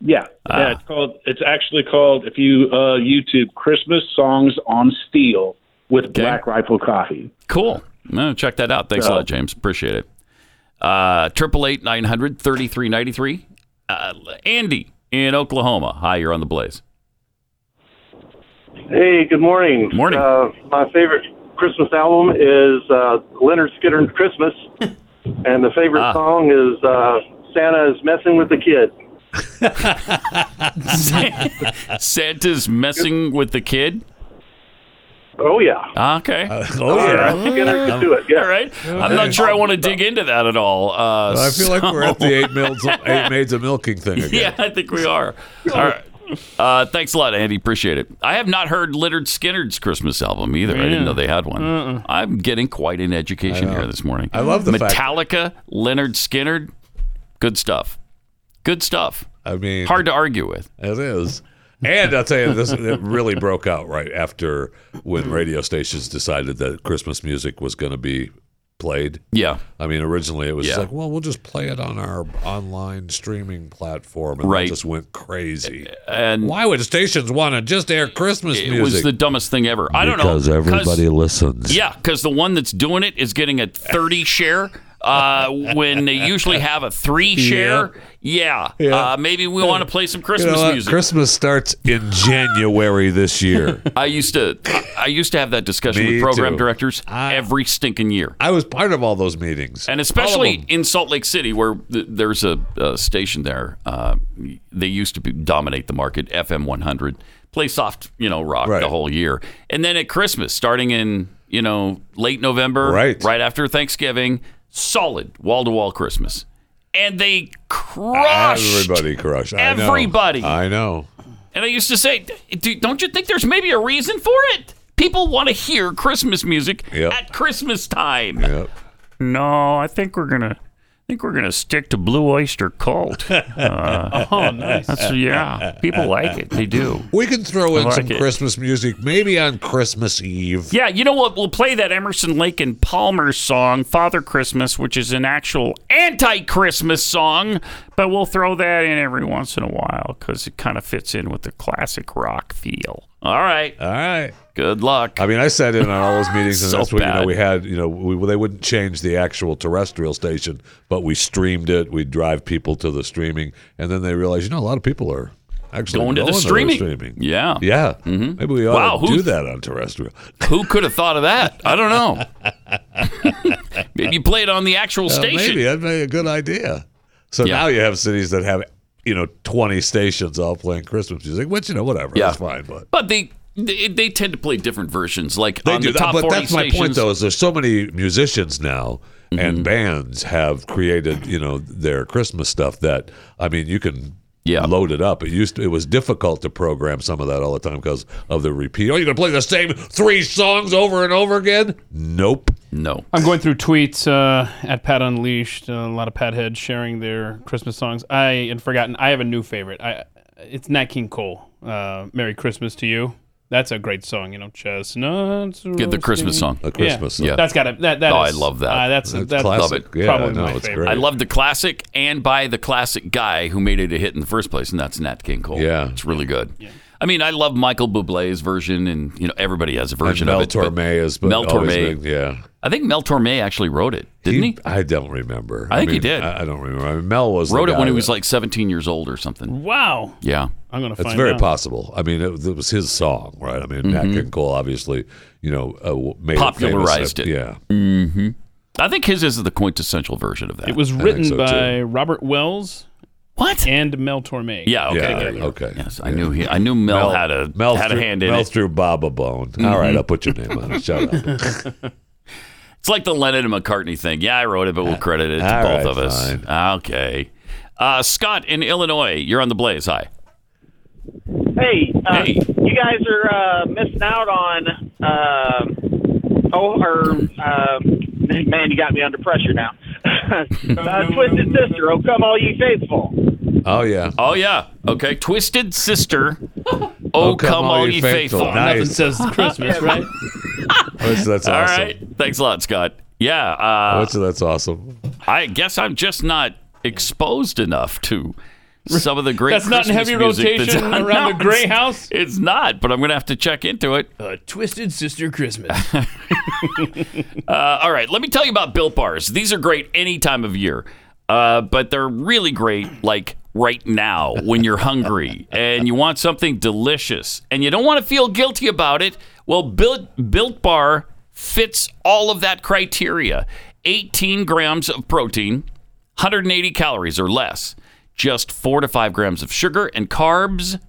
yeah, Ah. yeah, it's called. It's actually called. If you uh, YouTube Christmas songs on steel with Black Rifle Coffee. Cool. No, check that out. Thanks a lot, James. Appreciate it. Uh Triple eight nine hundred thirty three ninety three. Andy in Oklahoma. Hi, you're on the blaze. Hey, good morning. Morning. Uh, my favorite Christmas album is uh, Leonard Skinner's Christmas, and the favorite Ah. song is uh, Santa is messing with the kid. Santa's messing with the kid. Oh yeah, Okay. Oh yeah. Skinner could do it. all Yeah, right. I'm not sure I want to dig into that at all. Uh, I feel like we're at the eight maids, eight maids of milking thing again. Yeah, I think we are. All right. Uh, thanks a lot, Andy. Appreciate it. I have not heard Leonard Skinner's Christmas album either. I didn't know they had one. I'm getting quite an education here this morning. I love the fact- Metallica, Leonard Skinner. Good stuff. Good stuff. I mean, Hard to argue with. It is. And I'll tell you, this it really broke out right after when radio stations decided that Christmas music was going to be played. Yeah. I mean, originally it was just Yeah. like, well, we'll just play it on our online streaming platform, and Right. that just went crazy. And Why would stations want to just air Christmas it music? was the dumbest thing ever. I don't know. because everybody listens. Yeah, because the one that's doing it is getting a 30 share uh, when they usually have a three share. Yeah. Yeah. Uh, maybe we want to play some You Christmas know what? music. Christmas starts in January this year. I used to I used to have that discussion Me with program too. directors I- every stinking year. I was part of all those meetings, And All of especially them. in Salt Lake City, where th- there's a, a station there, uh, they used to be, dominate the market. FM 100 play soft, you know, rock Right. the whole year, and then at Christmas, starting in you know late November, Right. right after Thanksgiving, solid wall to wall Christmas, and they crushed everybody crushed. I know. Everybody. I know. and I used to say, "D- d- don't you think there's maybe a reason for it? People want to hear Christmas music Yep. at Christmas time. Yep. No, I think we're gonna. I think we're gonna stick to Blue Oyster Cult. Uh, Oh, nice. That's yeah. People like it. They do. We can throw in like some it. Christmas music, maybe on Christmas Eve. Yeah, you know what? We'll play that Emerson, Lake and Palmer song, Father Christmas, which is an actual anti-Christmas song, but we'll throw that in every once in a while because it kind of fits in with the classic rock feel. All right. All right. Good luck. I mean, I sat in on all those meetings, and So that's what you bad. know we had. You know, we, they wouldn't change the actual terrestrial station, but we streamed it. We'd drive people to the streaming, and then they realized, you know, a lot of people are actually Going to the streaming. Yeah. Mm-hmm. Yeah. Maybe we ought Wow, to who- do that on terrestrial. Who could have thought of that? I don't know. Maybe you play it on the actual Uh, station. maybe that'd be a good idea. So Yeah. now you have cities that have you know twenty stations all playing Christmas music, which you know whatever, Yeah. that's fine, but. But they, they they tend to play different versions. Like They on do the that, top but 40 that's my stations, Mm-hmm. point though. Is there's so many musicians now and bands have created you know their Christmas stuff that I mean you can Yeah. load it up. It used to, it was difficult to program some of that all the time because of the repeat. Oh, you're gonna play the same three songs over and over again? Nope. No. I'm going through tweets uh, at Pat Unleashed. Uh, a lot of Pat heads sharing their Christmas songs. I had forgotten. I have a new favorite. I it's Nat King Cole. Uh, Merry Christmas to you. That's a great song. You know, chestnuts. Get the Christmas song. A Christmas Yeah. song. That's got it. That that. Oh, I is- love that. Uh, that's That's that's classic. Love Yeah, probably no, my it's favorite. great. I love the classic and by the classic guy who made it a hit in the first place, and that's Nat King Cole. Yeah. It's really good. I mean, I love Michael Bublé's version, and you know everybody has a version Mel of it. but Torme is- but Mel always Torme. been- yeah. I think Mel Torme actually wrote it, didn't he? I don't remember. I think he mean, did. I, I don't remember. I mean, Mel was the wrote it guy when he that- was like 17 years old or something. Wow. Yeah, I'm gonna It's find very out. possible. I mean, it, it was his song, right? I mean, Nat Mhm. King Cole obviously, you know, uh, w- made popularized it. it. famous. Yeah. hmm I think his is the quintessential version of that. It was written by Robert Wells. What? And Mel Torme. Yeah. Okay. Yeah, there you go. okay. Yes, I knew he. I knew Mel, had a Mel had threw, a hand in Mel it. threw Bob a bone. All right, Mhm. I'll put your name on it. Shut up. It's like the Lennon and McCartney thing. Yeah, I wrote it, but we'll credit it to Ah, all both right, of us. Okay. Uh, Scott in Illinois, you're on the blaze. Hi. Hey, uh, you guys are uh, missing out on. Uh, oh, or um man, you got me under pressure now. Oh, uh, Twisted Sister, oh come all ye faithful. Oh yeah. Oh yeah. Okay. Twisted sister. Oh, come, all ye faithful. Nothing says Christmas, right? That's, that's All awesome. right. Thanks a lot, Scott. Yeah. Uh, That's, that's awesome. I guess I'm just not exposed enough to some of the great. That's not in Christmas heavy music rotation that's on- around No, the Gray it's- House. Uh, It's not, but I'm gonna have to check into it. A twisted sister Christmas. Uh, all right, let me tell you about Built Bars. These are great any time of year, uh, but they're really great like right now when you're hungry and you want something delicious and you don't want to feel guilty about it. Well, Built, Built Bar fits all of that criteria 18 grams of protein, 180 calories or less, just four to five grams of sugar and carbs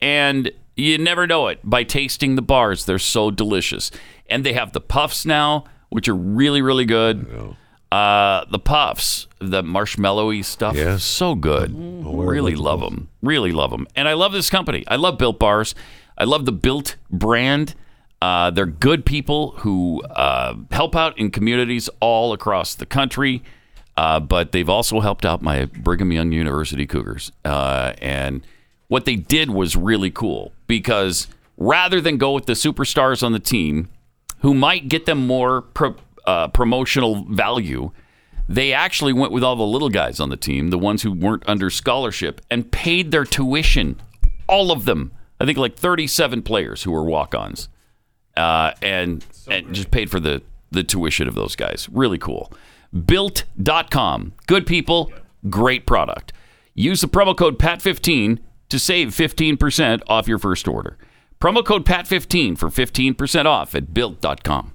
and you never know it by tasting the bars. They're so delicious, and they have the puffs now, which are really really good. Uh, the puffs, the marshmallowy stuff, so good. Really love them. Really love them. And I love this company. I love Built Bars. I love the Built brand. Uh, they're good people who uh, help out in communities all across the country. Uh, but they've also helped out my Brigham Young University Cougars. Uh, and what they did was really cool because rather than go with the superstars on the team who might get them more pro- uh, promotional value, they actually went with all the little guys on the team, the ones who weren't under scholarship, and paid their tuition. All of them. I think like 37 players who were walk ons uh, and, and just paid for the, the tuition of those guys. Really cool. Built.com. Good people, great product. Use the promo code PAT15 to save 15% off your first order. Promo code PAT15 for 15% off at built.com.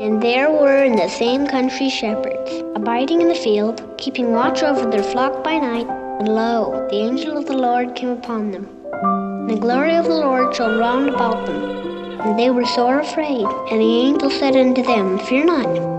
And there were in the same country shepherds, abiding in the field, keeping watch over their flock by night. And lo, the angel of the Lord came upon them. And the glory of the Lord shone round about them. And they were sore afraid. And the angel said unto them, Fear not.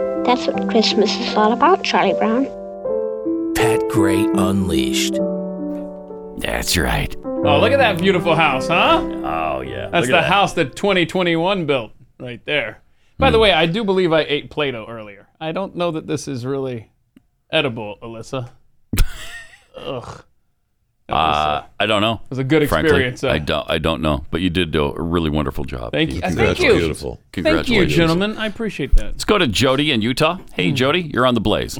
That's what Christmas is all about, Charlie Brown. Pat Gray Unleashed. That's right. Oh, look at that beautiful house, huh? Oh, yeah. That's the house that 2021 built right there. By Hmm. the way, I do believe I ate Play Doh earlier. I don't know that this is really edible, Alyssa. Ugh. Uh, I don't know. It was a good Frankly, experience, uh. I don't. I don't know, but you did do a really wonderful job. Thank you. Uh, Thank you. Congratulations. Thank you, Uh, Congratulations. gentlemen. I appreciate that. Let's go to Jody in Utah. Hmm. Hey, Jody, you're on the blaze.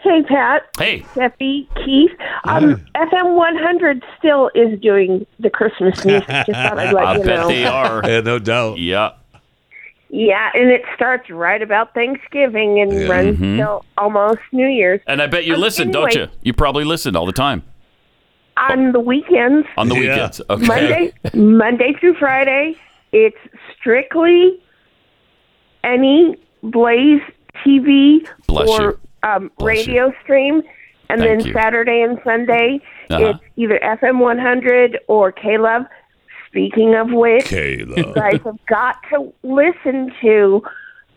Hey, Pat. Hey. Steffi, Keith. Um, FM 100 still is doing the Christmas music. Just thought I'd let I you bet know. they are. Yeah, no doubt. Yeah. Yeah, and it starts right about Thanksgiving and Yeah. runs Mhm. till almost New Year's. And I bet you Um, listen, don't you? anyway, You probably listen all the time On the weekends, on the weekends. Okay. Monday, Monday through Friday, it's strictly any Blaze TV Bless or you. Um, radio stream, and Thank then you. Saturday and Sunday Uh-huh. it's either FM 100 or Caleb. Speaking of which, you guys have got to listen to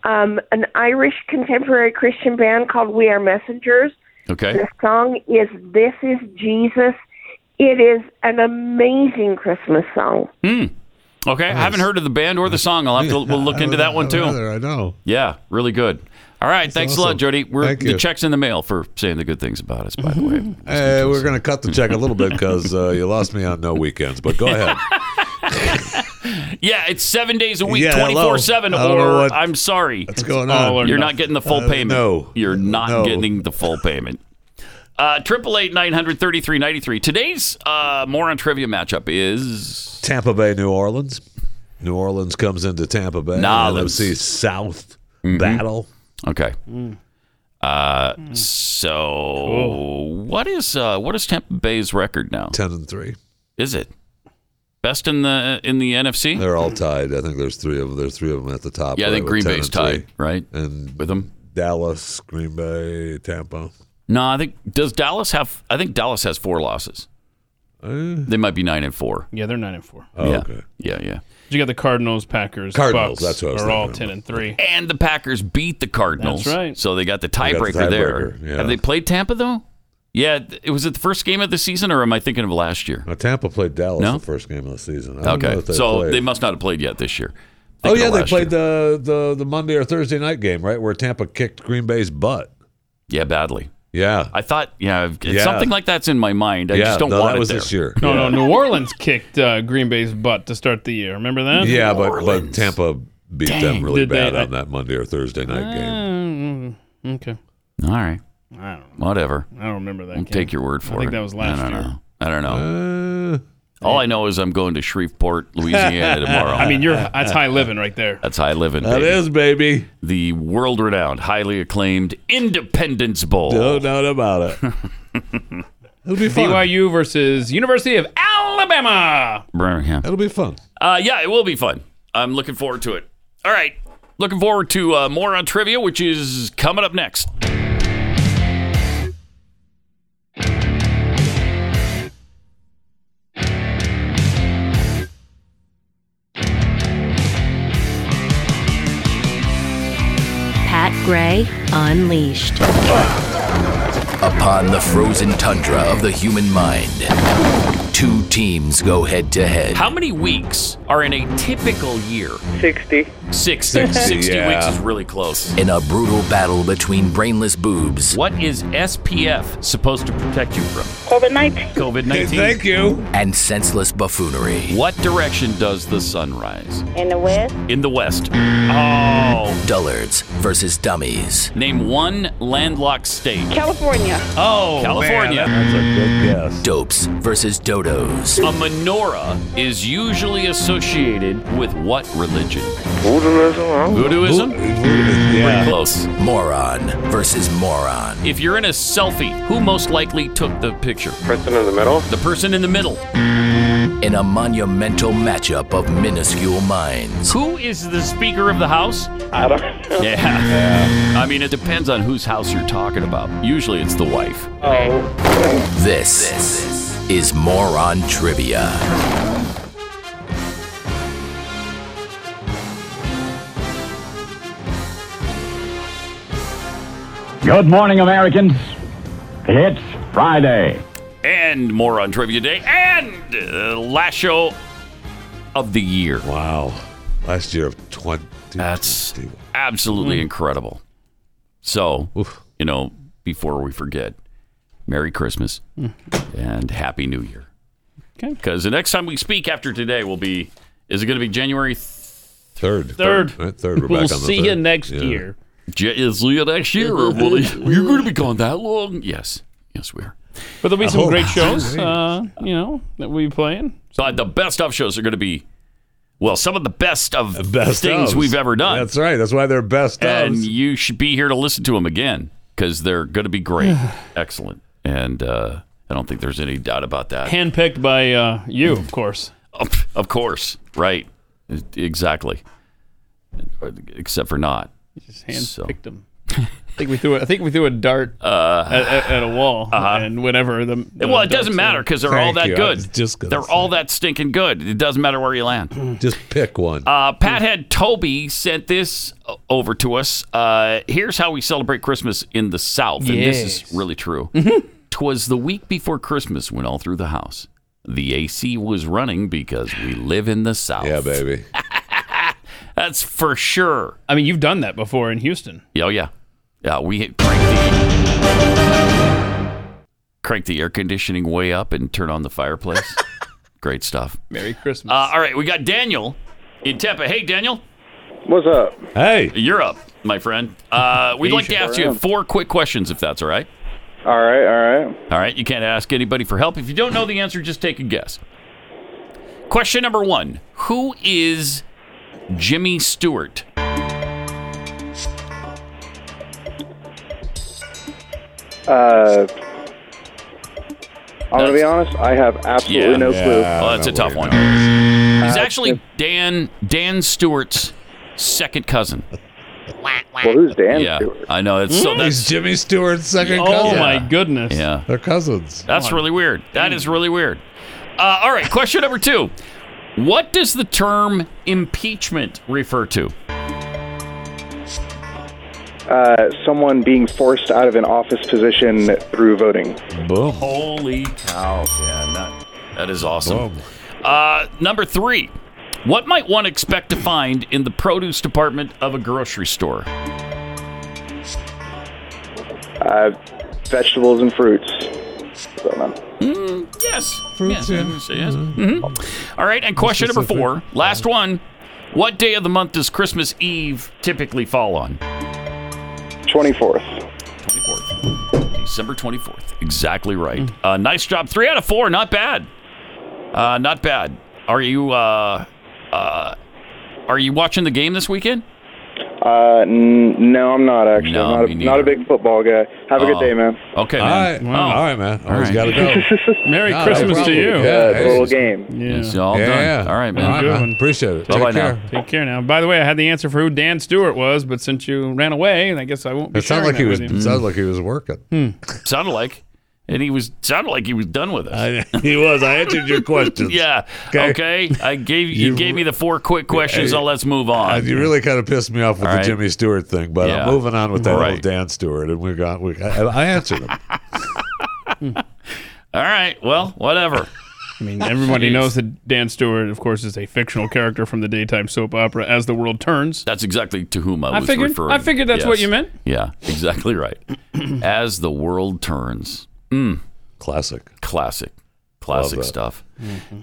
um, an Irish contemporary Christian band called We Are Messengers. Okay. The song is "This Is Jesus." It is an amazing Christmas song. Hmm. Okay, I haven't heard of the band or the song. I'll have to we'll look into that one too. I know. Yeah, really good. All right, thanks a lot, awesome. Jody. We're Thank the you. check's in the mail for saying the good things about us. By the way, Hey, we're going to cut the check a little bit because uh, you lost me on no weekends, but go ahead. yeah, it's seven days a week, Yeah, twenty hello. four seven. I don't know Or what- I'm sorry, what's going on? all or You're not nothing. getting the full Uh, payment. no. you're not No. getting the full payment. Uh, Triple eight nine hundred thirty three ninety three. Today's uh, moron trivia matchup is Tampa Bay, New Orleans. New Orleans comes into Tampa Bay. Nolens. NFC South Mm-hmm. battle. Okay. Mm. Uh, so what is uh, what is Tampa Bay's record now? Ten and three. Is it best in the in the NFC? They're all tied. I think there's three of them. There's three of them at the top. Yeah, I right, think with Green 10 Bay's and three. tied, right? And with them, Dallas, Green Bay, Tampa. No, I think does Dallas have? I think Dallas has four losses. Uh. they might be nine and four. Yeah, they're nine and four. Oh, yeah. Yeah, yeah. You got the Cardinals, Packers, Cardinals, Bucks that's what I was are all thinking ten and three. And the Packers beat the Cardinals. That's right. So they got the got the tiebreaker there. tiebreaker, yeah. Have they played Tampa though? Yeah, th- it was it the first game of the season, or am I thinking of last year? Now, Tampa played Dallas No? the first game of the season. I don't know Okay, if they so played. they must not have played yet this year. Oh Thinking yeah, of they last played the, the the Monday or Thursday night game, right, where Tampa kicked Green Bay's butt. Yeah, badly. Yeah, I thought yeah, it's Yeah. something like that's in my mind. I Yeah, just don't no, want that it was there. this year. No, no. New Orleans kicked uh, Green Bay's butt to start the year. Remember that? yeah, but, but Tampa beat them Dang. really Did they- bad on that Monday or Thursday night game. Mm, okay. All right. I don't know. Whatever. I don't remember that I'll game. take your word for it. I think that was last I don't year. Know. I don't know. Uh, All I know is I'm going to Shreveport, Louisiana tomorrow. I mean, you're that's high living right there. That's high living. That That is, is, baby. The world renowned, highly acclaimed Independence Bowl. No doubt about it. It'll be fun. BYU versus University of Alabama. Birmingham. It'll be fun. Uh, yeah, it will be fun. I'm looking forward to it. All right. Looking forward to uh, more on trivia, which is coming up next. Pat Gray Unleashed. Upon the frozen tundra of the human mind, two teams go head to head. How many weeks are in a typical year? 60. 60. 60, weeks is really close. In a brutal battle between brainless boobs. What is SPF supposed to protect you from? COVID 19. COVID 19. you. And senseless buffoonery. What direction does the sun rise? In the West? In the west. Oh. Dullards versus dummies. Name one landlocked state. California. Oh, California. that's a good guess. Dopes versus dodos. A menorah is usually associated with what religion? Voodooism. Voodooism? Pretty close. Moron versus moron. If you're in a selfie, who most likely took the picture? Person in the middle. The person in the middle. In a monumental matchup of minuscule minds. Who is the Speaker of the House? I don't know. Yeah. I mean, it depends on whose house you're talking about. Usually it's the wife. This, is Moron Trivia. Good morning, Americans. It's Friday. And more on Trivia Day and uh, last show of the year. Wow. Last year of 20. That's absolutely Mm. incredible. So, you know, before we forget, Merry Christmas Mm. and Happy New Year. Hmm. Okay. Because the next time we speak after today will be, is it going to be January Third. Third. Right, third. We're back on the third. Yeah. Ja- see you next year. Or will you, you're going to be gone that long? Yes. Yes, we are. But there'll be I some hope. great shows, Great. uh, you know, that we'll be playing. But the best of shows are going to be, well, some of the best of things ofs. we've ever done. That's right. That's why they're best and ofs. you should be here to listen to them again because they're going to be great, excellent, and uh, I don't think there's any doubt about that. Handpicked by uh, you, of course. Of- of course, right? Exactly. Except for not. Just handpicked them. I think we threw. A, I think we threw a dart at, at, at a wall, and whenever the, the Uh, uh-huh. well, it darts- doesn't matter because they're all Thank that you. I was good. just gonna they're say. Mm. all that stinking good. It doesn't matter where you land. Just pick one. Uh, Pathead Toby sent this o- over to us. Uh, here's how we celebrate Christmas in the South, and this is really true. Twas the week before Christmas when all through the house The AC was running because we live in the South. Yeah, baby. That's for sure. I mean, you've done that before in Houston. Oh yeah, yeah. We hit crank the crank the air conditioning way up and turn on the fireplace. Great stuff. Merry Christmas. Uh, all right, we got Daniel in Tampa. Hey, Daniel. What's up? Hey, you're up, my friend. Uh, we'd like to ask you four quick questions, if that's all right. All right, all right. All right, you can't ask anybody for help. If you don't know the answer, just take a guess. Question number one Who is Jimmy Stewart? Uh, I'm gonna be honest. I have absolutely no clue. Well, that's a tough one. He's actually Dan Dan Stewart's second cousin. Well, who's Dan? yeah, I know. It's so that's Mm. He's Jimmy Stewart's second Oh, cousin. my goodness. Yeah. They're cousins. That's really weird. That is really weird. Uh, all right, question number two. What does the term impeachment refer to? Uh, someone being forced out of an office position through voting. Boom. Holy cow. Yeah, that, that is awesome. Uh, number three. What might one expect to find in the produce department of a grocery store? Uh, vegetables and fruits. So, um, Hmm, yes. Fruits, yes. yeah. I'm gonna say yes. Mhm. All right, and question number four, last one. What day of the month does Christmas Eve typically fall on? 24th. 24th. December 24th. Exactly right. Uh, nice job. Three out of four. Not bad. Uh, not bad. Are you uh, uh, are you watching the game this weekend? Uh, n- no, I'm not actually. No, I'm not, a, me not a big football guy. Have a Oh. good day, man. Okay, man. All right, Oh. all right, man. All Always right. got to go. Merry No, Christmas no to you. problem. Yeah, hey. little game. Yeah. It's all Yeah, done. yeah. All right, man. All right, man. Appreciate it. Bye-bye Take now. care. Take care now. By the way, I had the answer for who Dan Stewart was, but since you ran away, and I guess I won't be It sharing sounded like that he was. Mm. with It you. sounded like he was working. Hmm. Uh, sounded like, and he was sounded like he was done with us. he was. I answered your questions. yeah. Okay. Okay. I gave you, You- gave me the four quick questions. Hey. Now let's move on. Uh, you really kind of pissed me off with All the right. Jimmy Stewart thing, but Yeah. I'm moving on with that Right. old Dan Stewart, and we got we. I, I answered him. all right. Well, whatever. I mean, everybody Jeez. knows that Dan Stewart, of course, is a fictional character from the daytime soap opera As the World Turns. That's exactly to whom I, I was figured- referring. I figured that's what you meant. Yeah, exactly right. As the world turns. Mm. Classic. Classic. Classic that. stuff.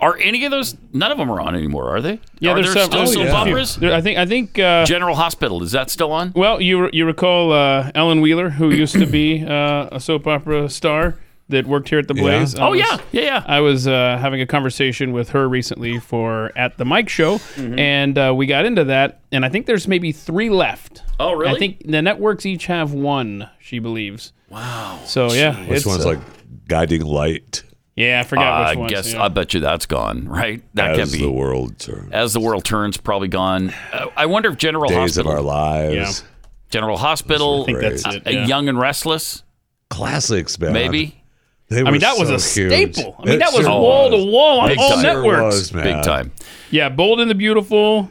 Are any of those? None of them are on anymore, are they? Yeah, Mm-hmm. are there's there several- still oh, soap yeah. operas? There- I think. I think. Uh, General Hospital is that still on? Well, you you recall uh, Ellen Wheeler, who used to be uh, a soap opera star that worked here at the Yeah. Blaze. I Oh, was- yeah. Yeah, yeah. I was uh, having a conversation with her recently for at the Mike Show, Mm-hmm. and uh, we got into that. And I think there's maybe three left. Oh, really? I think the networks each have one. She believes. Wow. So yeah, this one's uh, like guiding light. yeah. I forgot I which ones, guess yeah. I bet you that's gone, right? That as can be the world turns. as the world turns, probably gone. Uh, I wonder if General Days Hospital, of our lives. General Hospital, I think that's it, uh, yeah. Young and Restless, Classics, man. maybe. They I were mean, that was so a huge. staple. I mean, It that was sure wall to wall on Big all time. Sure networks. was, man. Big time. Yeah, Bold and the Beautiful,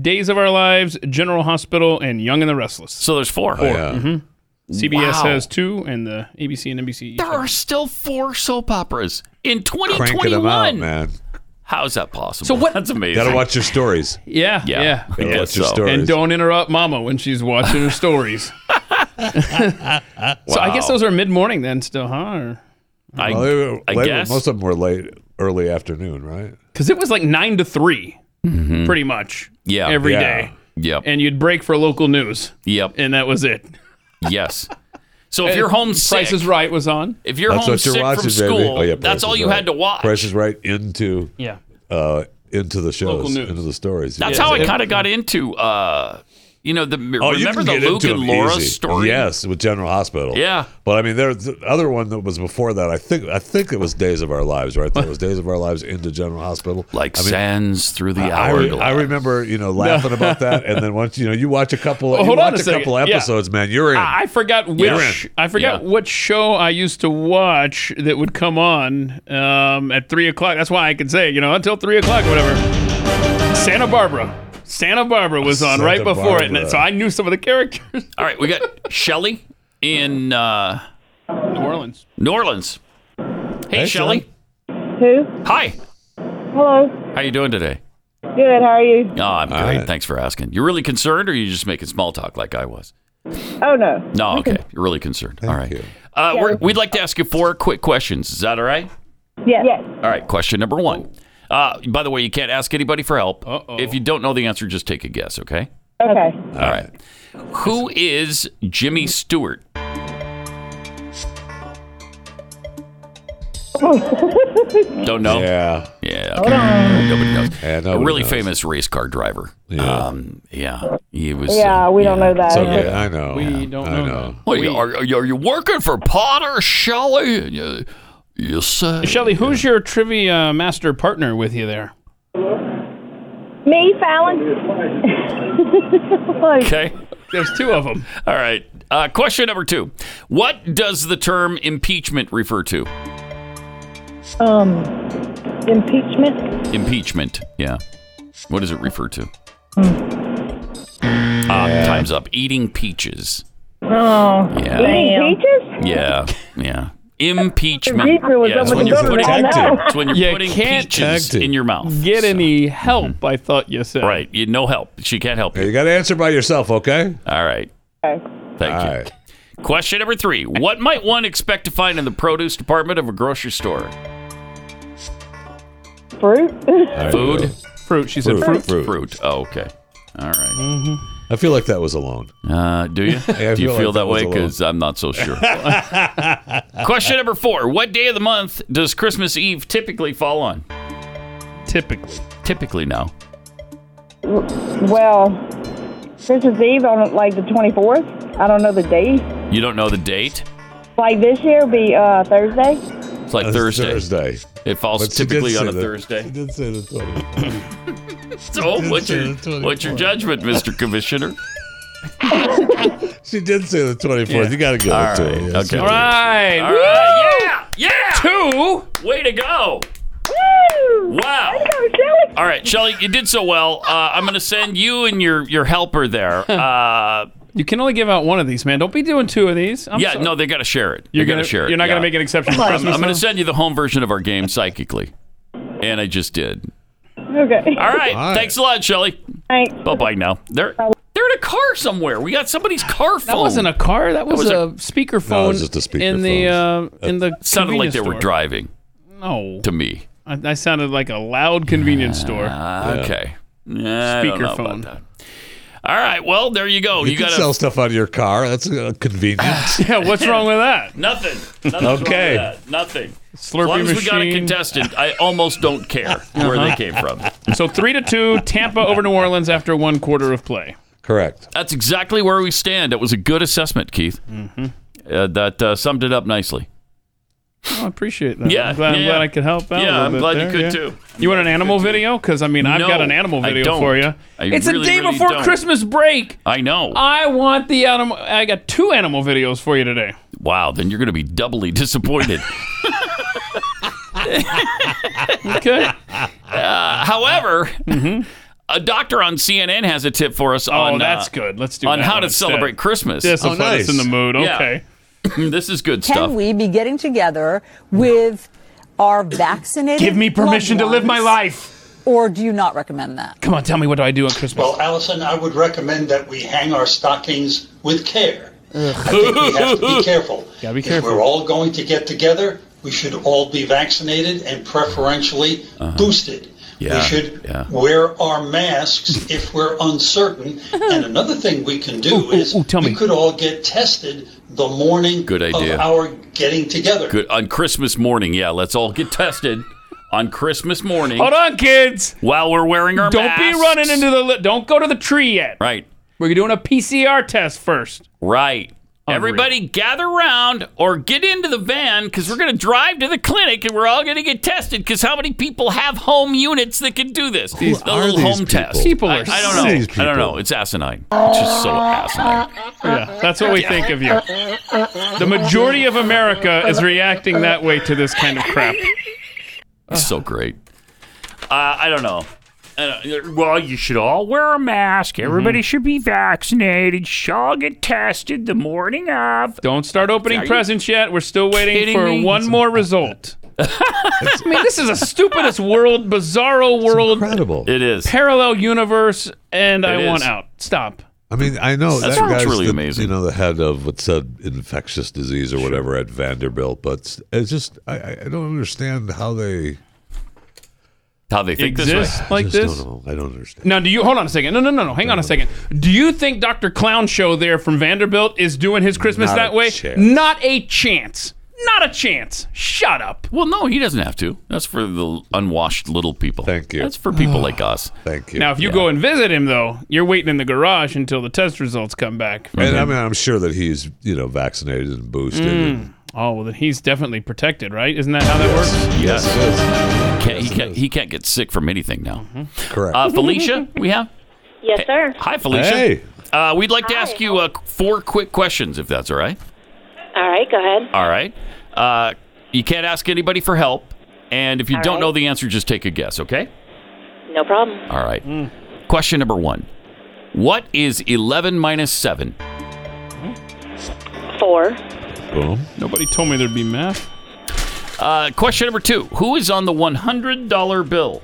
Days of Our Lives, General Hospital, and Young and the Restless. Mm-hmm. So there's four. Oh, yeah. CBS Wow. has two, and the ABC and NBC. There are still four soap operas in Cranking them out, 2021. man. How is that possible? So what- That's amazing. Gotta watch your stories. Yeah, Yeah, yeah. I Gotta guess watch your so. stories. And don't interrupt Mama when she's watching her stories. So I guess those are mid morning then, still, huh? I, Well, they were- I they were- guess. most of them were late, early afternoon, right? Because it was like nine to 3 pretty much Mm-hmm. yeah. every Yeah. day, Yep. and you'd break for local news, Yep. and that was it. yes. So if you're homesick, Price is Right was on. if you're that's what homesick you're from watching, baby. school, Oh, yeah, Price that's all is you Right. had to watch. Price is right into Yeah. uh, into the Local shows, news. into the stories. That's Yeah. how I kind of got into, uh, you know, the Oh, you remember can the get Luke into and them Laura easy. story? Yes, with General Hospital. Yeah. but I mean, there's the other one that was before that. I think I think it was Days of Our Lives, right? That was Days of Our Lives into General Hospital. Like I mean, sands through the I, hour. re- I remember, you know, laughing about that, and then once you know, you watch a couple, Oh, you hold on watch a a, second. couple Yeah. episodes, man. You're in. Ah. I I forgot which I forgot Yeah. what show I used to watch that would come on um, at three o'clock. That's why I can say you know until three o'clock, whatever. Santa Barbara, Santa Barbara was on Santa right before it, and Barbara. so I knew some of the characters. All right, we got Shelly in uh, New Orleans. New Orleans. Hey, Hey, Shelly. who? Hi. Hello. How you doing today? Good. How are you? Oh, I'm great. Thanks for asking. You're really concerned, or you just making small talk like I was? Oh no. No, okay. You're really concerned. all right. Uh, we're, we'd like to ask you four quick questions. Is that all right? Yes. Yes. All right. Question number one. Uh, by the way, you can't ask anybody for help. If you don't know the answer, just take a guess. Okay. Okay. All right. Who is Jimmy Stewart? Don't know. Yeah. Yeah. okay. Nobody knows. nobody a really knows. famous race car driver. Yeah. Um, yeah. He was. uh, yeah, we don't know that. I know. We don't know. Well, you- are, are you- are you working for Potter Shelley? You, Uh, you say. Shelly, who's your trivia master partner with you there? Me, Fallon. Like- Okay. There's two of them. All right. Uh, question number two. What does the term impeachment refer to? Um, impeachment. Impeachment. Yeah. What does it refer to? Ah, time's up. Eating peaches. Oh, Yeah. eating peaches. Yeah. Yeah. Impeachment. Reefer was Yeah, it's up when with you're the putting, government. I know. it's when you're You putting can't peaches in your mouth. Hmm. Get any help? I thought you said. Right. You, no help. She can't help you. You got to answer by yourself, okay? All right. Okay. Thank you. Question number three. What might one expect to find in the produce department of a grocery store? Fruit. Food? Fruit. She said fruit. Fruit. Fruit. Oh, okay. All right. I feel like that was alone. Uh, do you? Yeah, I Do you feel feel like that that was way? a little- Because I'm not so sure. Question number four. What day of the month does Christmas Eve typically fall on? Typically. Typically now. Well, Christmas Eve on like the 24th. I don't know the date. You don't know the date? Like this year will be uh, Thursday. It's like Thursday. Thursday. It falls Uh, But she did typically on say a that. Thursday. She did say the 20th. So what's your what's your judgment, Mr. Commissioner? She did say the 24th. You got to go All to right. it. Okay. All All right. All right. Yeah. Yeah. Two. Way to go. Woo! Wow. All right, Shelly, you did so well. Uh, I'm going to send you and your your helper there. Uh, You can only give out one of these, man. Don't be doing two of these. I'm yeah, so- no, they got to share it. You're they gotta gonna- share it. you're not gonna yeah. make an exception for I'm- Christmas, I'm going though? to send you the home version of our game psychically, and I just did. Okay. All right, thanks a lot, Shelly. Thanks. Bye bye. Now they're they're in a car somewhere. We got somebody's car phone. That wasn't a car. That was, a speakerphone. No, it was just a In the uh, speakerphone. in the sounded like convenience they were store. driving No, to me. I, I sounded like a loud convenience store. Okay. Yeah, I don't know about Speakerphone. that. All right. Well, there you go. You, Oh, You, can got sell stuff out of your car. That's uh, convenient. yeah. What's wrong with that? Nothing. Nothing's wrong with Okay. that. Nothing. Slurpee as long as we got a machine. contestant, I almost don't care where they Uh-huh. came from. So three to two, Tampa over New Orleans after one quarter of play. Correct. That's exactly where we stand. It was a good assessment, Keith. Mm-hmm. Uh, that uh, summed it up nicely. Oh, I appreciate that. Yeah, I'm glad, I'm yeah. glad I could help out. a Yeah, little I'm bit glad you there, could yeah. too. You want an animal video? Because I mean, I've No, got an animal I video don't. for you. I it's the really, day really before don't. Christmas break. I know. I want the animal. I got two animal videos for you today. Wow, then you're going to be doubly disappointed. okay. Uh, however, Mm-hmm. a doctor on CNN has a tip for us on uh, Oh, that's good. Let's do on that how one to instead. celebrate Christmas. This'll Oh, put us nice. in the mood. Okay. Yeah. this is good Can stuff. we be getting together with our vaccinated? Give me permission loved to live my ones? Or do you not recommend that? Come on, tell me what do I do on Christmas? Well, Allison, I would recommend that we hang our stockings with care. I think we have to be careful. Gotta be If we're careful. all going to get together, we should all be vaccinated and preferentially boosted. Uh-huh. Yeah, we should wear our masks if we're uncertain. and another thing we can do is we could all get tested the morning Good idea. of our getting together. Good on Christmas morning. Yeah, let's all get tested on Christmas morning. Hold on, kids. While we're wearing our don't masks. be running into the. Li- don't go to the tree yet. Right. We're doing a PCR test first. Right. Everybody gather around or get into the van because we're going to drive to the clinic and we're all going to get tested because how many people have home units that can do this? These- the are little these home people? test. People I, are I don't know. sick. I don't know. It's asinine. It's just so asinine. Yeah, that's what we think of you. The majority of America is reacting that way to this kind of crap. It's so great. Uh, I don't know. I don't- uh, Well, you should all wear a mask. Everybody should be vaccinated. Should all get tested the morning of. Don't start opening Are you presents yet. We're still waiting kidding for me? one more result. I mean, this is a stupidest world, bizarro world, incredible. It is parallel universe, and I It want is. out. Stop. I mean, I know That that sounds guy's really the, amazing. You know, the head of what said infectious disease or whatever at Vanderbilt, but it's just I, I I don't understand how they how they think this way. Exist like I just don't this? know. I don't understand. Now, do you hold on a second? No, no, no, no. Hang on a second. Do you think Dr. Clown Show there from Vanderbilt is doing his Christmas Not that a way? chance. Not a chance. Not a chance. Shut up. Well, no, Oh, he doesn't have to. That's for the unwashed little people. Thank you. That's for people like us. Thank Now, if you go and visit him, though, you're waiting in the garage until the test results come back. Mm-hmm. And I mean, I'm sure that he's you know vaccinated and boosted. and- Mm. Oh, well, then he's definitely protected, right? Isn't that how that works? Yes, it is. Can't, he, can't, he can't get sick from anything now. Correct. Uh, Felicia, we have? Yes, sir. Hi, Felicia. Hey. Uh, we'd like to ask you uh, four quick questions, if that's all right. All right, go ahead. All right. Uh, you can't ask anybody for help. And if you All don't right. know the answer, just take a guess, okay? No problem. All right. Question number one What is 11 minus 7? Four. Nobody told me there'd be math. Uh, question number two Who is on the $100 bill?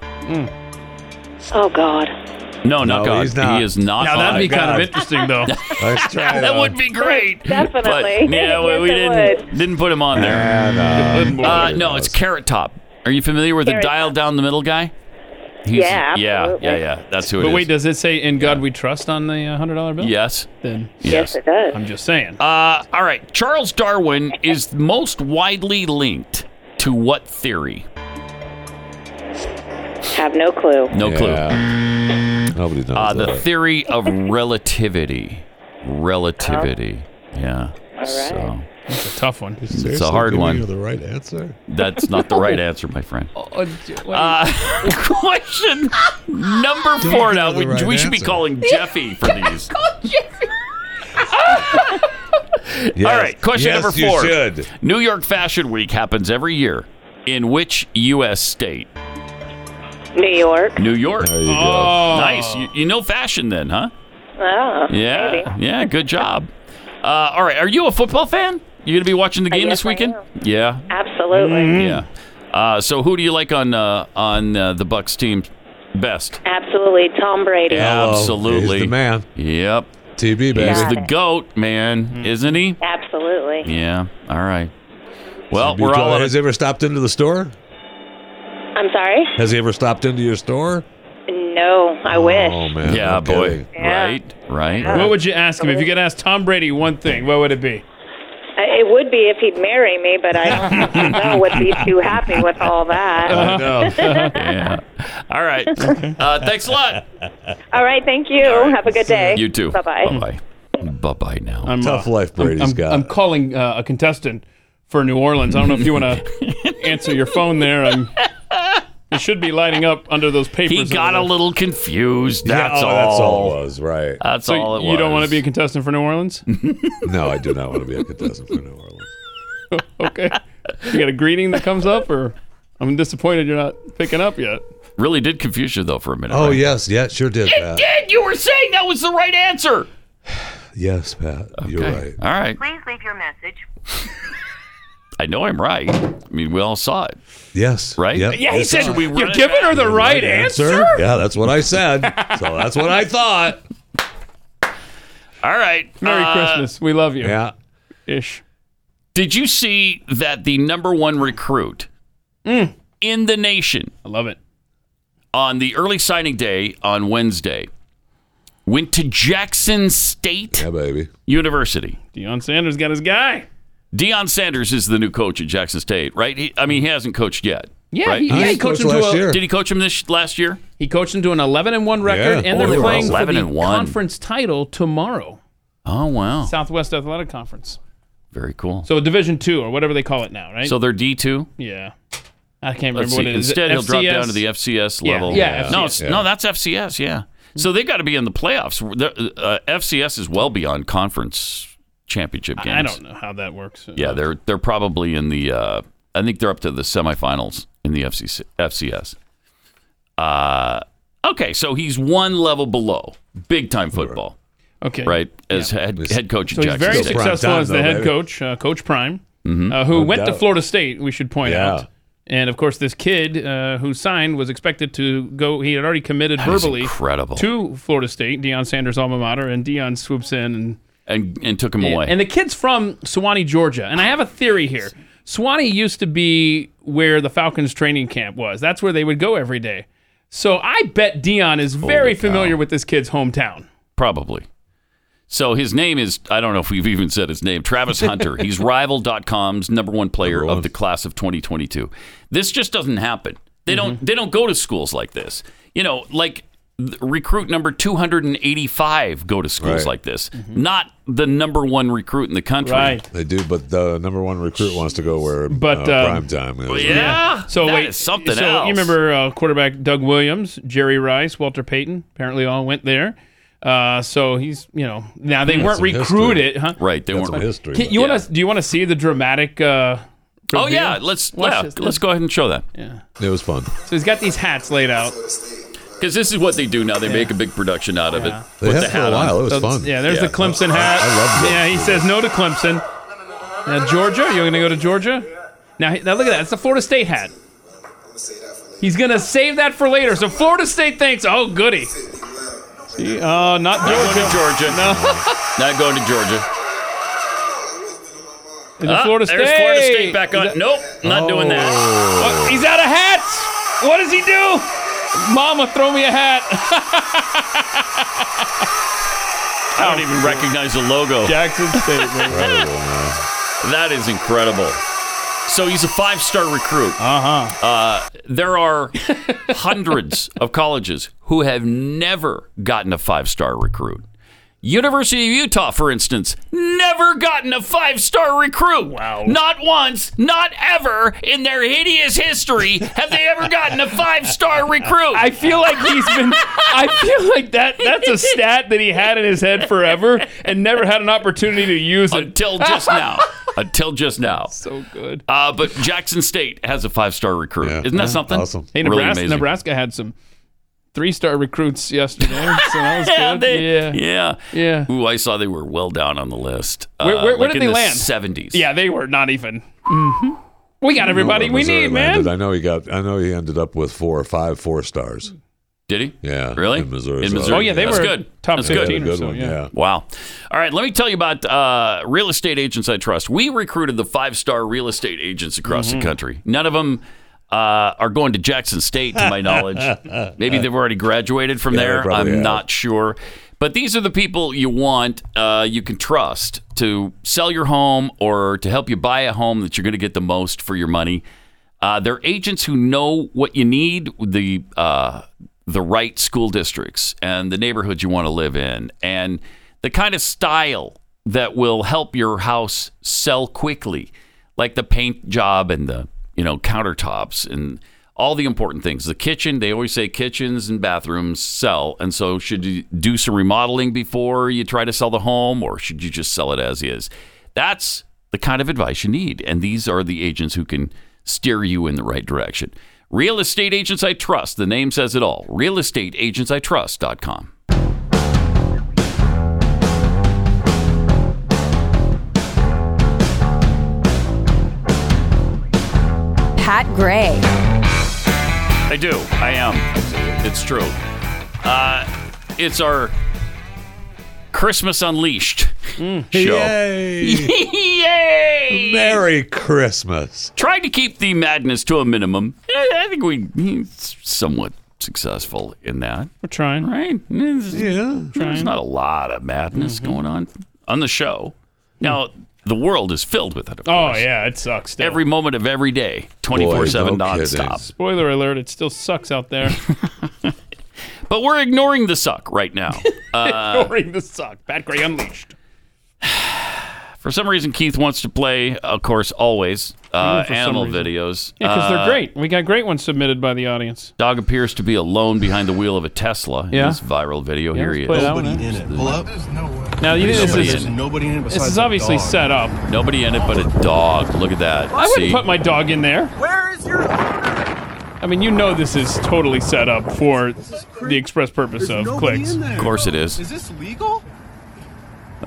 Oh God. No, not No, God. he's not. He is not. Now, that'd on be it. kind of interesting, though. Let's try that would be great. Definitely. But, yeah, we, Yes, we it didn't didn't put him on there. And, uh, uh, no, it's Carrot Top. Are you familiar with Carrot the dial down the middle guy? Yeah, yeah, absolutely. yeah, yeah. That's who it is. But wait, does it say "In God We Trust" on the uh, hundred dollar bill? Yes. Then Yes, it does. I'm just saying. Uh, all right. Charles Darwin is most widely linked to what theory? Have no clue. No clue. Nobody knows. Uh, the that. theory of relativity. Relativity. Yeah. So It's a tough one. it's a hard one. The right answer. That's not the right answer, my friend. Uh, question number Don't four. give her Now the we, right we should be answer. calling Jeffy for these. All right, question Yes, number you four. should. New York Fashion Week happens every year in which U.S. state? New York. New York. There you go. Oh. Nice. You, you know fashion then, huh? Oh. Yeah. maybe. Yeah. Good job. Uh, all right. Are you a football fan? You gonna be watching the Uh, game yes, this I weekend? am. Yeah. Mm-hmm. Absolutely. Yeah. Uh, so who do you like on uh, on uh, the Bucks team best? Absolutely. Tom Brady. Hello. Absolutely. He's the man. Yep. TB baby. He's Got the it. goat, man, Mm-hmm. isn't he? Absolutely. Yeah. All right. Well, Have you we're all tried- out Has of he ever stopped into the store? I'm sorry. Has he ever stopped into your store? No, I wish. Oh man. Yeah, no boy. kidding. Yeah. Right. Right. What would you ask him if you could ask Tom Brady one thing? What would it be? I- Uh, It would be if he'd marry me, but I don't think Mel would be too happy with all that. I know. yeah. All right. Uh, thanks a lot. All right, thank you. Have a good day. You too. Bye bye. Bye bye. Bye bye now. I'm Tough life I'm, Brady's I'm- got. I'm calling uh, a contestant for New Orleans. I don't know if you want to answer your phone there. I'm. It should be lighting up under those papers. He got a over there. little confused. That's oh, all. That's all it was, right? That's So all it you don't want to was. be a contestant for New Orleans? no, I do not want to be a contestant for New Orleans. okay. You got a greeting that comes up, or I'm disappointed you're not picking up yet. Really did confuse you though for a minute. Oh right? yes, yeah, sure did. Pat. Did you were saying that was the right answer? Yes, Pat, Uh, you're right. All right. Please leave your message. I know I'm right. I mean, we all saw it, Yes, right? Yep. Yeah, he Yes, said we you're run it giving her the right answer. answer. Yeah, that's what I said. so that's what I thought. All right. Merry Uh, Christmas. We love you. Yeah. Ish. Did you see that the number one recruit in the nation Mm. I love it. on the early signing day on Wednesday went to Jackson State Yeah, baby. University? Deion Sanders got his guy. Deion Sanders is the new coach at Jackson State, right? He, I mean, he hasn't coached yet. Yeah, right? he, yeah, he Nice. coached him Coached to last a, year. Did he coach him this last year? he coached him to an 11 and 1 record Yeah. and Oh, they're they were playing for 11 the and 1. conference title tomorrow. Oh wow, Southwest Athletic Conference. very cool. So, So Division 2 or whatever they call it now, right? they're D two. yeah. I can't remember Let's what see. it is. Instead, he'll drop FCS? down to the FCS Yeah, level. yeah, no, FCS. it's- no, that's FCS. Yeah. So they got to be in the playoffs. The, uh, FCS is well beyond conference championship games. I don't know how that works. Yeah, they're they're probably in the. Uh, I think they're up to the semifinals in the FCC, FCS. Uh, okay, so he's one level below big time football, Okay. right? As head, head coach at So he's Jackson very State. Mm-hmm. prime successful time, as the though, head baby. coach, uh, Coach Prime, uh, who No went to doubt. Florida State. We should point Yeah. out. And of course, this kid uh, who signed was expected to go. He had already committed That is verbally incredible. to Florida State, Deion Sanders' alma mater, and Deion swoops in and and and took him away. And the kid's from Suwanee, Georgia. And I have a theory here. Suwanee used to be where the Falcons training camp was. That's where they would go every day. So I bet Dion is very familiar with this kid's hometown. Probably. So his name is, I don't know if we've even said his name, Travis Hunter. He's rival.com's number one player of the class of 2022. This just doesn't happen. They Mm-hmm. don't they don't go to schools like this. You know, like th- recruit number 285 go to schools Right. Mm-hmm. like this. Not the number one recruit in the country. They do, but the number one recruit wants to go where But, uh, um, prime time is. So that wait, is something so else. you remember uh, quarterback Doug Williams, Jerry Rice, Walter Payton? Apparently, all went there. Uh, so he's you know now they Hmm. That's weren't some history. recruited, huh? Right, they That's weren't- some history, Can- you want to? Do you want to see the dramatic? Uh, Oh, reveal? yeah. Let's, Watch yeah, this. let's go ahead and show that. Yeah. It was fun. So he's got these hats laid out. Because this is what they do now. They make a big production out of it. They Put had the it for a hat while. on. It was Oh, fun. Yeah, there's the Clemson hat. I love that. Yeah, he says no to Clemson. Now Georgia, you're gonna go to Georgia. Now, now look at that. It's the Florida State hat. He's gonna save that for later. So Florida State thinks, oh goody. See, uh, not Not Georgia. going to Georgia. No. Not going to Georgia. Is it Ah, Florida State? there's Florida State back on. Is that- Nope, not Oh. doing that. What? He's out of hats. What does he do? Mama, throw me a hat. I don't even recognize the logo. Jackson State. that is incredible. So he's a five-star recruit. Uh-huh. Uh, There are hundreds of colleges who have never gotten a five-star recruit. University of Utah, for instance, never gotten a five-star recruit. Wow. Not once, not ever in their hideous history have they ever gotten a five-star recruit. I feel like he's been. I feel like that. That's a stat that he had in his head forever and never had an opportunity to use it until just now. Until just now. So good. Uh, but Jackson State has a five star recruit. Isn't that something? Hey, Really Nebraska, amazing. Nebraska had some three-star recruits yesterday, so that was Yeah, good. they- yeah. yeah, yeah. Ooh, I saw they were well down on the list. Uh, Where- where- where like did in they the land? Seventies. Yeah, they were not even. Mm. hmm We got everybody we Missouri need, landed. man. I know he got. I know he ended up with four or five four stars. Did he? Yeah, Really? in Missouri. In so- Missouri. Oh, yeah, they That's were good. top That's good. 15 or Good so, one, yeah. yeah. Wow. All right, let me tell you about uh, real estate agents I trust. We recruited the five star real estate agents across Mhm. the country. None of them uh, are going to Jackson State, to my knowledge. Maybe they've already graduated from Yeah, they there. I'm probably have. not sure. But these are the people you want, uh, you can trust to sell your home or to help you buy a home that you're going to get the most for your money. Uh, they're agents who know what you need, the uh, the right school districts and the neighborhood you want to live in, and the kind of style that will help your house sell quickly, like the paint job and the you know countertops and all the important things. The kitchen, they always say kitchens and bathrooms sell, and so should you do some remodeling before you try to sell the home, or should you just sell it as is? That's the kind of advice you need. And these are the agents who can steer you in the right direction. Real Estate Agents I Trust. The name says it all. RealEstateAgentsITrust.com. Pat Gray. I do. I am. It's true. Uh, it's our Christmas Unleashed Mm. show. Yay! Merry Christmas. Tried to keep the madness to a minimum. I I think we he's somewhat successful in that. We're trying, right? Yeah, trying. Mm-hmm. There's not a lot of madness going on on the show. Now, the world is filled with it. Of Mm. Oh course. yeah, it sucks. Still. Every moment of every day, 24 7 Boy, no nonstop. Spoiler alert: It still sucks out there. But we're ignoring the suck right now. Uh, Ignoring the suck. Pat Gray unleashed. for some reason, Keith wants to play, of course, always, uh, Mm, for some animal reason. videos. Yeah, because Uh, they're great. We got great ones submitted by the audience. Dog appears to be alone behind the wheel of a Tesla Yeah. in this viral video. Yeah, Here let's he is. play that one, eh? Nobody in it. Pull up. Now, you think this Nobody is in it. Nobody in it this is obviously set up. Nobody in it but a dog. Look at that. I wouldn't See? put my dog in there. Where is your? I mean, you know this is totally set up for the express purpose of clicks. Of course it is. Is this legal?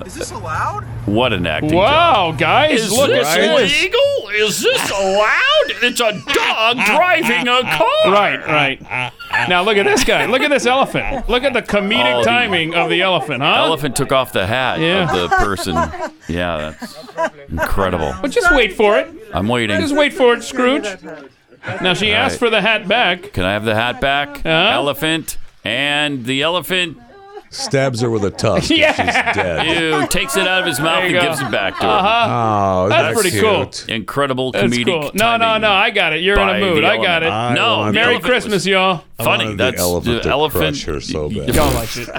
Is this allowed? What an acting Wow, job. guys! Is look at this this. legal? hell is this allowed? It's a dog driving a car. Right, right. Now look at this guy. Look at this elephant. Look at the comedic Oh, the- timing of the elephant, huh? Elephant took off the hat Yeah. of the person. Yeah, that's incredible. But just wait for it. I'm waiting. Just wait for it, Scrooge. Now she All asked right. for the hat back. Can I have the hat back? Elephant. And the elephant Stabs her with a tusk. Yeah. She's dead. ew, takes it out of his mouth There and you go. gives it back to her. Uh-huh. Oh, That's that's pretty cute. cool. Incredible That's comedic. cool. No, no, no. I got it. You're in by a mood. the I got it. element. I no. want the Merry elephant was Christmas, y'all. I Funny, wanted that's- uh, the elephant. the to elephant- crush her so bad. Y'all liked it.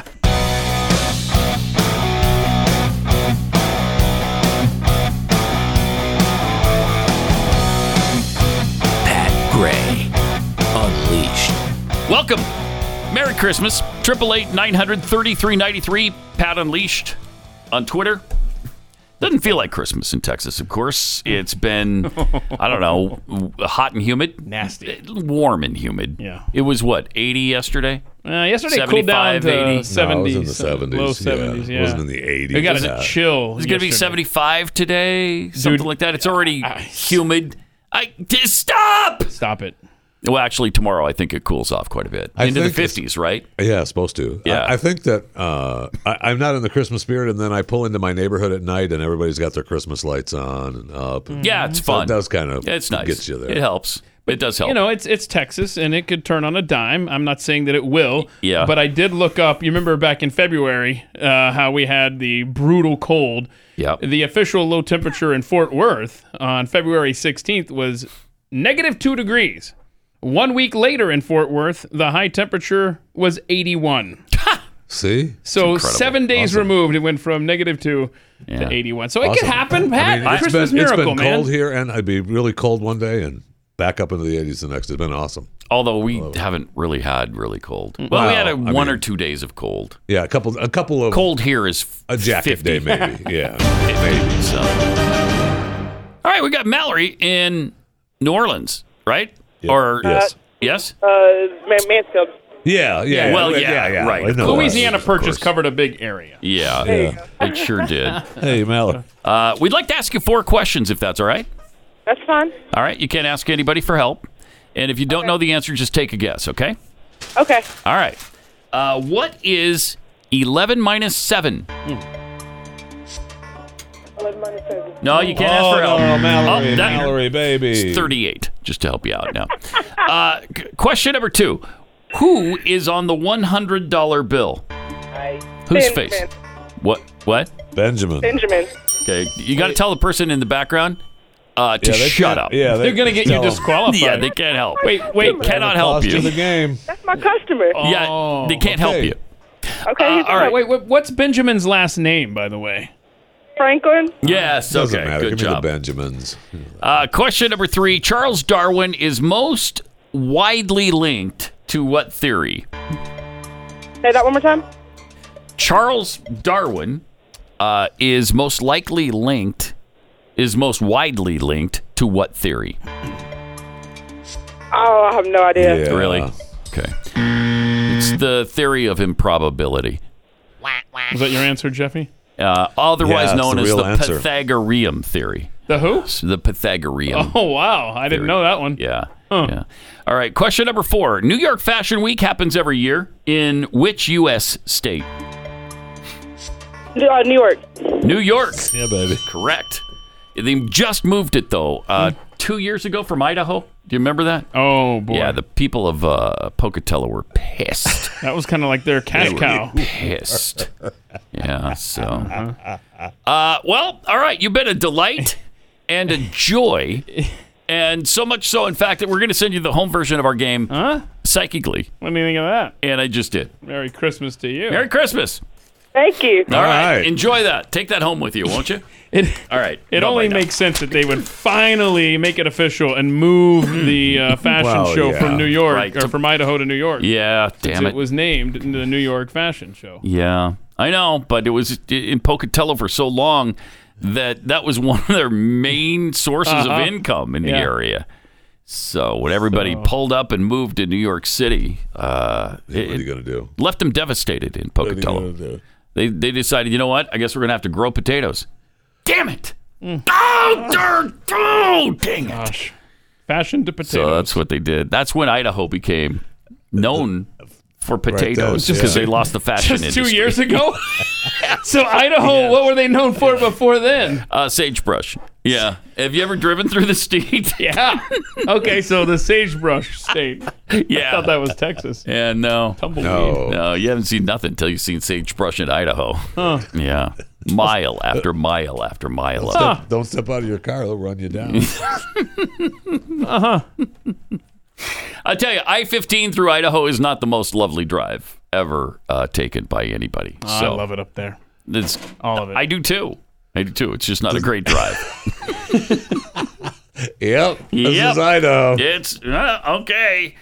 Gray Unleashed. Welcome. Merry Christmas. 888 933 Pat Unleashed on Twitter. Doesn't feel like Christmas in Texas, of course. It's been, I don't know, w- hot and humid. Nasty. Warm and humid. Yeah. It was what, 80 yesterday? Uh, yesterday it cooled down 75, to 80. 70s, No, it was in the 70s. low yeah. 70s. Yeah, It wasn't in the 80s. It got Yeah. a chill. It's going to be 75 today, something like that. It's already humid. I d- Stop! Stop it. Well, actually, tomorrow I think it cools off quite a bit. I Into the think it's- 50s, right? Yeah, it's supposed to. Yeah. I, I think that uh, I, I'm not in the Christmas spirit, and then I pull into my neighborhood at night, and everybody's got their Christmas lights on and up. and- Mm-hmm. Yeah, it's so fun. It does kind of Yeah, it's nice. gets you there. It helps. It does help. You know, it's it's Texas, and it could turn on a dime. I'm not saying that it will. Yeah. But I did look up. You remember back in February uh, how we had the brutal cold. Yeah. The official low temperature in Fort Worth on February 16th was negative two degrees. One week later in Fort Worth, the high temperature was 81. See? So It's incredible. seven days Awesome. removed, it went from negative two to 81. So it Awesome. could happen, I Pat. mean, it's Christmas been, miracle, It's been man. cold here, and I'd be really cold one day and back up into the 80s the next. It's been awesome. Although we haven't really had really cold. Well, we had a, Well, I one mean- or two days of cold. Yeah, a couple a couple of Cold here is a jacket 50. day maybe. Yeah. maybe so. All right, we got Mallory in New Orleans, right? Or Yes. yes. Uh, Man- Mansfield. Yeah, yeah. Well, yeah, yeah, yeah, right. I know that. Louisiana Of course. Purchase covered a big area. Yeah, Yeah. it sure did. Hey, Mallory. Uh, we'd like to ask you four questions, if that's all right. That's fun. All right, you can't ask anybody for help, and if you don't know the answer, just take a guess. Okay. Okay. All right. Uh, what is eleven minus seven? No, you can't ask for help. Oh, Mallory, Oh, that- Mallory, baby. It's 38, just to help you out now. uh, c- question number two Who is on the $100 bill? Whose face? What? What? Benjamin. Benjamin. Okay, you got to tell the person in the background uh, to Yeah, they shut can't- up. yeah, they- They're gonna get you tell 'em. disqualified. Yeah, they can't help. Wait, wait. They cannot The help cost you. of the game. Oh, That's my customer. Yeah, they can't help okay. you. Okay. he's all right. Uh, Wait, wait, what's Benjamin's last name, by the way? Franklin. Yes, Doesn't okay, matter. good Give job. me the Benjamins. Uh, question number three Charles Darwin is most widely linked to what theory? Say that one more time. Charles Darwin uh, is most likely linked, is most widely linked to what theory? Oh, I have no idea. Really? Okay. It's the theory of improbability, Was that your answer, Jeffy? uh, otherwise Yeah, it's known the as real the answer. Pythagorean theory. The who? It's the Pythagorean. Oh wow, I didn't know that one. Yeah. Yeah. All right. Question number four. New York Fashion Week happens every year in which U.S. state? New- uh, New York. New York. Yeah, baby. Correct. They just moved it though. Uh, two years ago from Idaho. Do you remember that? Hmm. Oh boy, Yeah, the people of uh, Pocatello were pissed. that was kind of like their cash They were cow. pissed. Yeah, so. Uh, well, all right. You've been a delight and a joy. And so much so, in fact, that we're going to send you the home version of our game Huh? psychically. What do you think of that? And I just did. Merry Christmas to you. Merry Christmas. Thank you. all right. right. Enjoy that. Take that home with you, won't you? It All right. it Bye-bye only now. makes sense that they would finally make it official and move the uh, fashion Well, show yeah. from New York Right. or from Idaho to New York. Yeah, damn it it. was named the New York Fashion Show. Yeah, I know, but it was in Pocatello for so long that that was one of their main sources Uh-huh. of income in the Yeah. area. So when everybody pulled up and moved to New York City, uh, What are it, you gonna do? left them devastated in What are you Pocatello. gonna do? They they decided, you know what? I guess we're gonna have to grow potatoes. Damn it! Mm. Oh, darn! Oh, dang it! Fashion to potatoes. So that's what they did. That's when Idaho became known for potatoes Right, that was- because they lost the fashion Just industry. two years ago. so Idaho, what were they known for before then? Uh, sagebrush. Yeah. Have you ever driven through the state? yeah. Okay, so the sagebrush state. Yeah. I thought that was Texas. Yeah, no. Tumbleweed. No. no, you haven't seen nothing until you've seen sagebrush in Idaho. Huh. Yeah. Mile after mile after mile Don't of step, it. don't step out of your car; they'll run you down. Uh-huh. I tell you, I 15 through Idaho is not the most lovely drive ever uh, taken by anybody. I so love it up there. It's, All of it. I do too. I do too. It's just not a great drive. yep. This yep. is Idaho. It's uh, okay.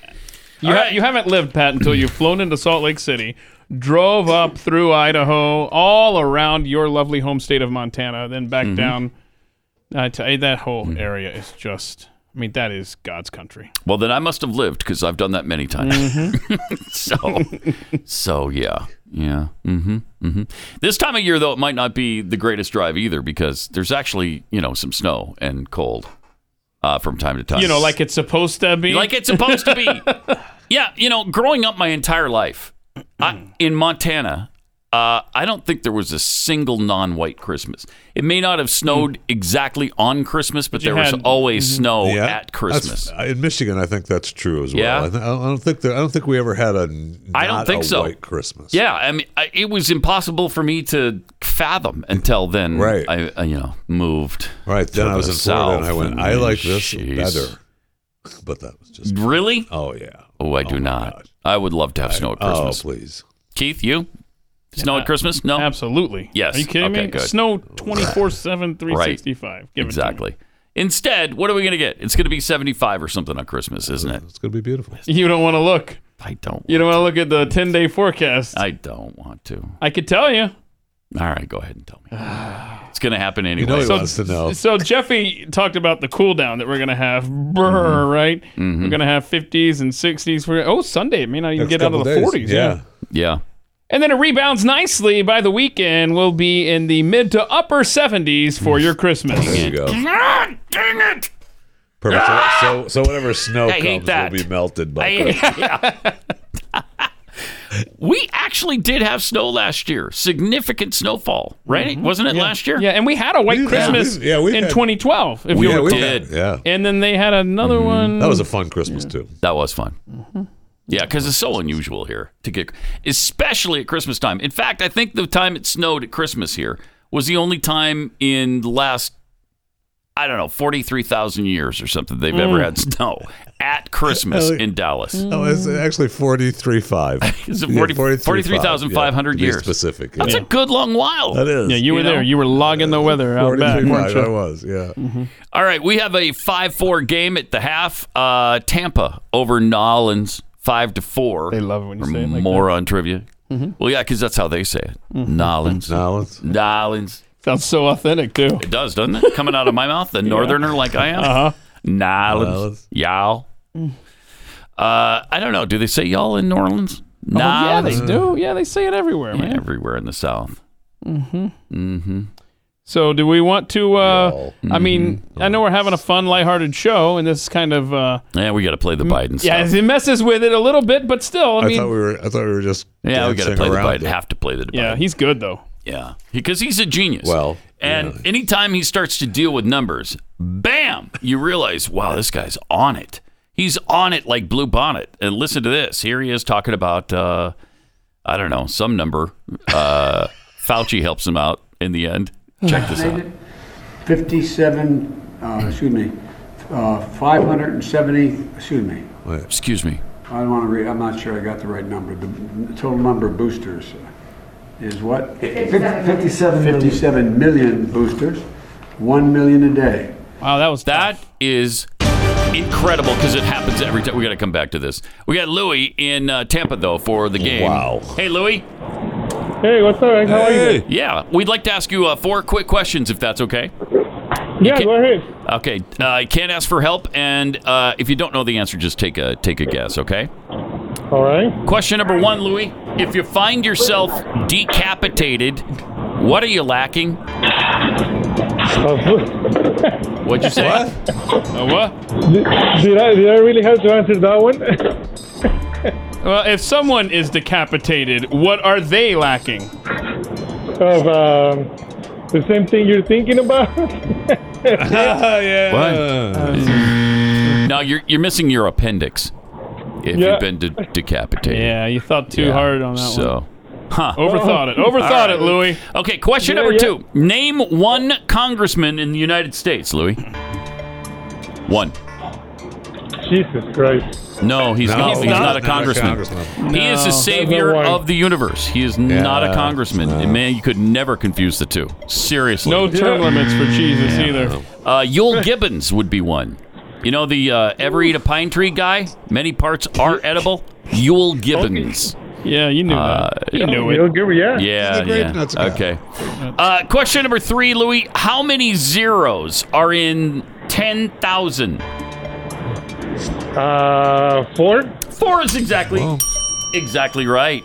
You, ha- you haven't lived, Pat, until you've flown into Salt Lake City, drove up through Idaho, all around your lovely home state of Montana, then back Mhm. down. I tell you, that whole area is just, I mean, that is God's country. Well, then I must have lived because I've done that many times. so, so yeah, yeah. hmm hmm This time of year, though, it might not be the greatest drive either because there's actually you know some snow and cold uh, from time to time. You know, like it's supposed to be. Like it's supposed to be. yeah, you know, growing up my entire life I, in Montana, uh, I don't think there was a single non-white Christmas. It may not have snowed exactly on Christmas, but you there was had- Mm-hmm. always Mm-hmm. snow Yeah. at That's- uh, Christmas. in Michigan, I think that's true as well. Yeah. I, th- I don't think that I don't think we ever had a I don't not think a so. white Christmas. Yeah, I mean, I, it was impossible for me to fathom until then. Right. I, I you know, moved. Right. Then to I was the in Florida and I south, went, and I like this jeez. better. But that was just Really? Oh yeah. Oh, I do not. I would love to have snow at oh, Christmas. please. Keith, you snow at Christmas? No, absolutely. Yes. Are you kidding me? okay, Good. Snow 24 7, Right. 365. Give it to me. exactly. Instead, what are we going to get? It's going to be 75 or something on Christmas, isn't it? It's going to be beautiful. You don't want to look. I don't. You don't want to look at the 10 day forecast. I don't want to. I could tell you. All right, go ahead and tell me. it's going to happen anyway. know he wants to know. So Jeffy talked about the cool down that we're gonna have, Brr, right? Mhm. We're gonna have 50s and 60s. We're oh Sunday, it may not even Next get out of couple the days, 40s. yeah. Yeah. and then it rebounds nicely by the weekend. We'll be in the mid to upper 70s Mm. for your Christmas. There you go. Ah, dang it! Perfect. So, so so whatever snow I hate comes that. will be melted by I- Christmas. we actually did have snow last year. Significant snowfall, right? Wasn't it last year? Mm-hmm. Yeah, and we had a white We've had- Christmas we've- yeah, we've in had- 2012. If We you recall. did. Yeah. Mm-hmm. And then they had another one. That was a fun Christmas too. That was fun. Mm-hmm. Yeah, because it's so unusual here to get, especially at Christmas time. In fact, I think the time it snowed at Christmas here was the only time in the last, I don't know, 43,000 years or something they've ever Mm. had snow at Christmas Oh, in Dallas. Oh, it's Mm. actually forty-three five. It's 40 43,500 years. Specific. That's yeah. a good long while. That is. Yeah, you were know? Mm-hmm. there. You were logging the weather out back. 43.5, weren't you? I was. Yeah. All right, we have a five-four game at the half. Uh, Tampa over Nollins, five to four. They love it when you say it. Like more on trivia. Mm-hmm. Well, yeah, because that's how they say it. Nollins, Nollins, Nollins. Sounds so authentic too. It does, doesn't it? Coming out of my mouth, the northerner like I am. Uh-huh. Nollins, y'all. Uh, I don't know. Do they say y'all in New Orleans? Oh, yeah, they Nollins. do. Yeah, they say it everywhere, Yeah, man. everywhere in the South. Mm-hmm. Mm-hmm. So, do we want to? Uh, I mean, Mm-hmm. I know we're having a fun, lighthearted show, and this is kind of uh, Yeah, we got to play the Biden yeah, stuff. it messes with it a little bit, but still, I, I mean, thought we were. I thought we were just. Yeah, we got to dancing play the around Biden. it. Have to play the Biden. yeah, he's good though. Yeah, because he's a genius. Well, and anytime he starts to deal with numbers, bam, you realize, wow, this guy's on it. He's on it like Blue Bonnet. And listen to this. Here he is talking about, uh, I don't know, some number. Uh, Fauci helps him out in the end. Check this out. 57, uh, excuse me, uh, 570, excuse me. Excuse me. I don't want to read, I'm not sure I got the right number. The the total number of boosters is what? 57 million. 57 million boosters, 1 million a day. Wow, that was that is incredible because it happens every time. We got to come back to this. We got Louie in uh, Tampa though for the game. Wow. Hey, Louie. Hey, what's up? How are you? Yeah, we'd like to ask you uh, four quick questions if that's okay. Yeah, go ahead. Okay, uh, you can't ask for help, and uh, if you don't know the answer, just take a take a guess. Okay. All right. Question number one, Louis: If you find yourself decapitated, what are you lacking? Oh, What'd you say? What? what? Did, did I did I really have to answer that one? Well, if someone is decapitated, what are they lacking? of um, the same thing you're thinking about? yeah. What? no, you're you're missing your appendix if Yeah. you've been de- decapitated. Yeah, you thought too hard on that one. so. Huh. Overthought it. All Overthought right. it, Louis. Okay, question number two. Name one congressman in the United States, Louis. One. Jesus Christ. No, he's No, not. He's, he's not, not. a congressman. Not a congressman. He is No. the savior That's not why. of the universe. He is not a Yeah, congressman. And man, you could never confuse the two. Seriously. No term limits for Jesus either. Uh, Yul Gibbons would be one. You know the uh, ever eat a pine tree guy? Many parts are edible. Yul Gibbons. Uh, Yeah, you knew that. You knew it. You'll give yeah. Yeah, yeah. Okay. Uh, question number three, Louis. How many zeros are in 10,000? Uh, four? Four is exactly, exactly right.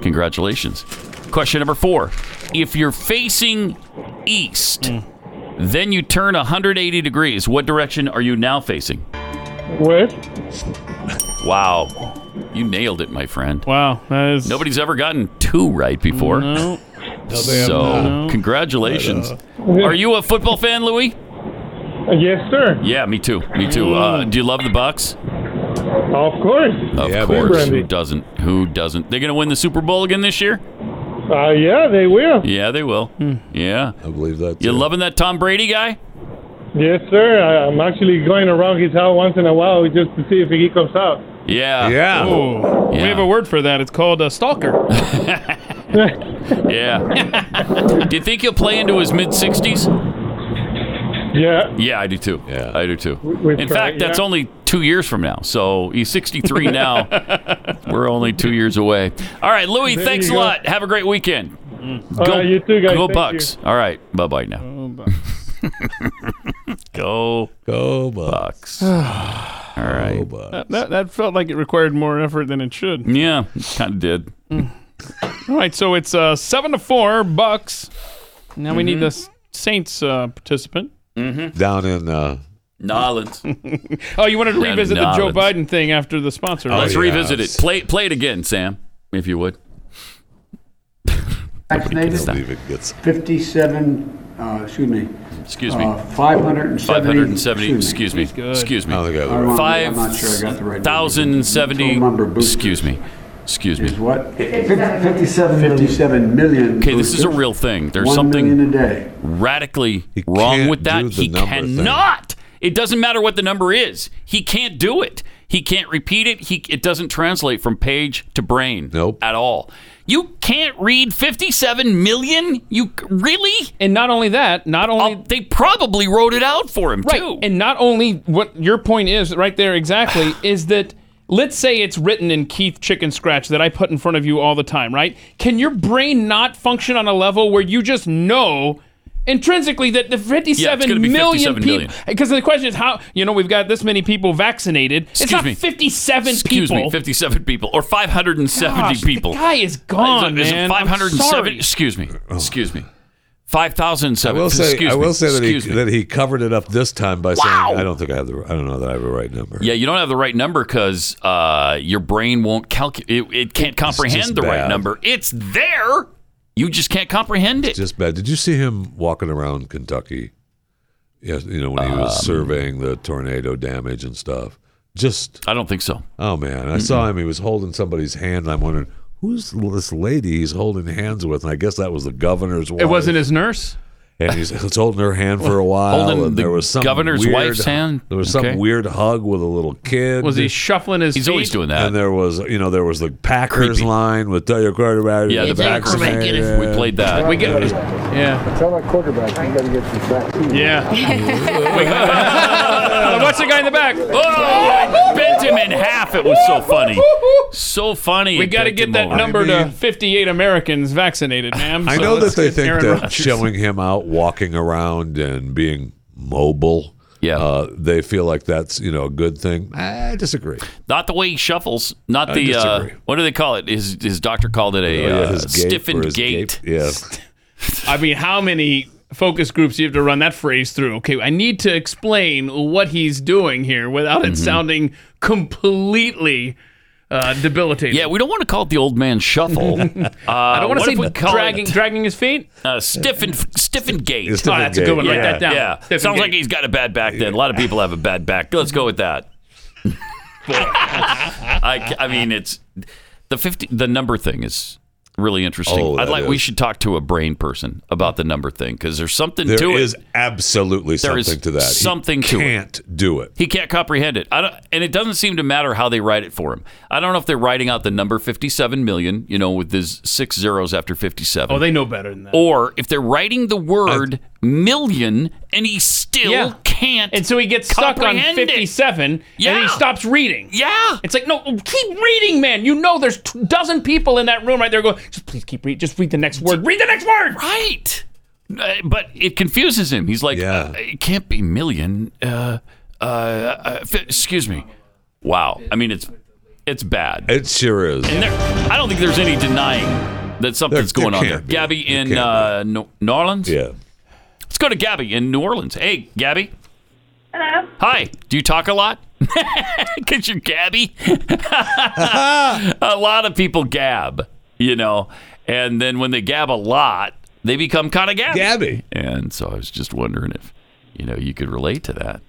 Congratulations. Question number four. If you're facing east, Hmm. then you turn 180 degrees. What direction are you now facing? West? Wow. You nailed it, my friend. Wow. That is... Nobody's ever gotten two right before. No. Uh, they have So, not. congratulations. Are you a football fan, Louis? Yes, sir. Yeah, me too. Me too. Uh, do you love the Bucks? Of course. Of Yeah, course. Brandy. Who doesn't? Who doesn't? They're going to win the Super Bowl again this year? Uh, yeah, they will. Yeah, they will. Yeah. I believe that. You loving that Tom Brady guy? Yes, sir. I, I'm actually going around his house once in a while just to see if he comes out. Yeah. Yeah. We have a word for that. It's called a stalker. Yeah. do you think he'll play into his mid 60s? Yeah. Yeah, I do too. Yeah. I do too. we In try, fact, that's yeah. only two years from now. So he's 63 now. We're only two years away. All right, Louis, There thanks you a go. lot. Have a great weekend. All right, you too, guys. Go Thank you. Bucks. All right. Bye bye now. Oh, go. Go Bucks. All right. That, that, that felt like it required more effort than it should. Yeah, kind of did. All right, so it's uh, seven to four bucks. Now we need Mhm. the S- Saints uh, participant. Mm-hmm. Down in uh, Nolens. Oh, you wanted to Yeah, Oh, revisit the Joe Nollins. Biden thing after the sponsor. right? Let's revisit it. Play play it again, Sam, if you would. Vaccinated? Fifty-seven, uh, excuse me. uh, Excuse me. Five hundred and seventy. 570. Excuse me. Excuse me. I'm not- I'm not sure I got the right number. 5,070. Excuse me. Excuse me. What? Fifty-seven million. Fifty-seven million. Okay, this is a boosters. real thing. There's One something million a day. radically wrong with that. He cannot. It doesn't matter what the number is. He can't do it. He can't repeat it. He it doesn't translate from page to brain. Nope. At all. You can't read 57 million. You really? Oh, And not only that, not only they probably wrote it out for him right. too. And not only what your point is right there exactly is that let's say it's written in Keith Chicken Scratch that I put in front of you all the time, right? Can your brain not function on a level where you just know intrinsically that the fifty-seven gonna be million 57 million. people because the question is how you know we've got this many people vaccinated. it's Excuse not me. 57 Excuse people. me, 57 people or 570 Gosh, people. The guy is gone, Is it- is it man. I'm 570? sorry. Excuse me. Excuse me. 5,007. Oh. I will say, Excuse I will me. say that he, Excuse me. that he covered it up this time by Wow. saying, "I don't think I have the, I don't know that I have the right number." Yeah, you don't have the right number because uh, your brain won't calculate. It, it can't comprehend just the right bad. number. It's there. You just can't comprehend it. Just bad. Did you see him walking around Kentucky? Yes, you know when he was Um, surveying the tornado damage and stuff. Just, I don't think so. Oh man, I saw him. He was holding somebody's hand. and I'm wondering who's this lady he's holding hands with, and I guess that was the governor's wife. It wasn't his nurse. and he's, he's holding her hand for a while. Holding and the there was some governor's weird- wife's hand? There was Okay. some weird hug with a little kid. Was he shuffling his? He's always feet? doing that. And there was, you know, there was the Packers line with tell your quarterback. Yeah, the Packers. We played that. We get- Yeah. Tell that quarterback you got to get some vaccine. Yeah. What's the guy in the back? Oh, I bent him in half. It was so funny. So funny. We it got to bent get him that over. number to 58 Americans vaccinated, ma'am. I So know that let's they get think Aaron that Rodgers. showing him out walking around and being mobile, yeah, uh, they feel like that's you know a good thing. I disagree. Not the way he shuffles. Not I the uh, disagree. what do they call it? His his doctor called it a Oh, yeah, uh, his gape stiffened or his gait. Yeah, I mean, how many focus groups you have to run that phrase through. Okay, I need to explain what he's doing here without Mm-hmm. it sounding completely uh, debilitating. Yeah, we don't want to call it the old man shuffle. Uh, I don't want to say dragging, dragging his feet. Uh, stiffened, stiffened gait. Yeah, stiffened Oh, that's a good gait. one. Write Yeah. that down. Yeah. Stiffened Sounds gait. like he's got a bad back then. A lot of people have a bad back. Let's go with that. I, ca- I mean, it's the 50, the number thing is really interesting. Oh, I'd that like, we is. should talk to a brain person about the number thing because there's something There to is it. absolutely There is something to that. He something to it. can't do it. He can't comprehend it. I don't, and it doesn't seem to matter how they write it for him. I don't know if they're writing out the number 57 million, you know, with these six zeros after 57. Oh, they know better than that. or if they're writing the word million and he still Yeah. can't. And so he gets stuck on comprehend it. 57 and Yeah. he stops reading. Yeah. It's like, no, keep reading, man. You know there's t- dozen people in that room right there going, just please keep reading. Just read the next word. Read the next word. Right. Uh, But it confuses him. He's like, uh, it can't be million. Uh, uh, uh, f- excuse me. Wow. I mean, it's it's bad. It sure is. And there, I don't think there's any denying that something's There- there going on there. can't be. Gabby in uh, New New Orleans. Yeah. Let's go to Gabby in New Orleans. Hey, Gabby. Hello. Hi. Do you talk a lot? Because you're Gabby. a lot of people gab, you know, and then when they gab a lot, they become kind of Gabby. Gabby. And so I was just wondering if, you know, you could relate to that.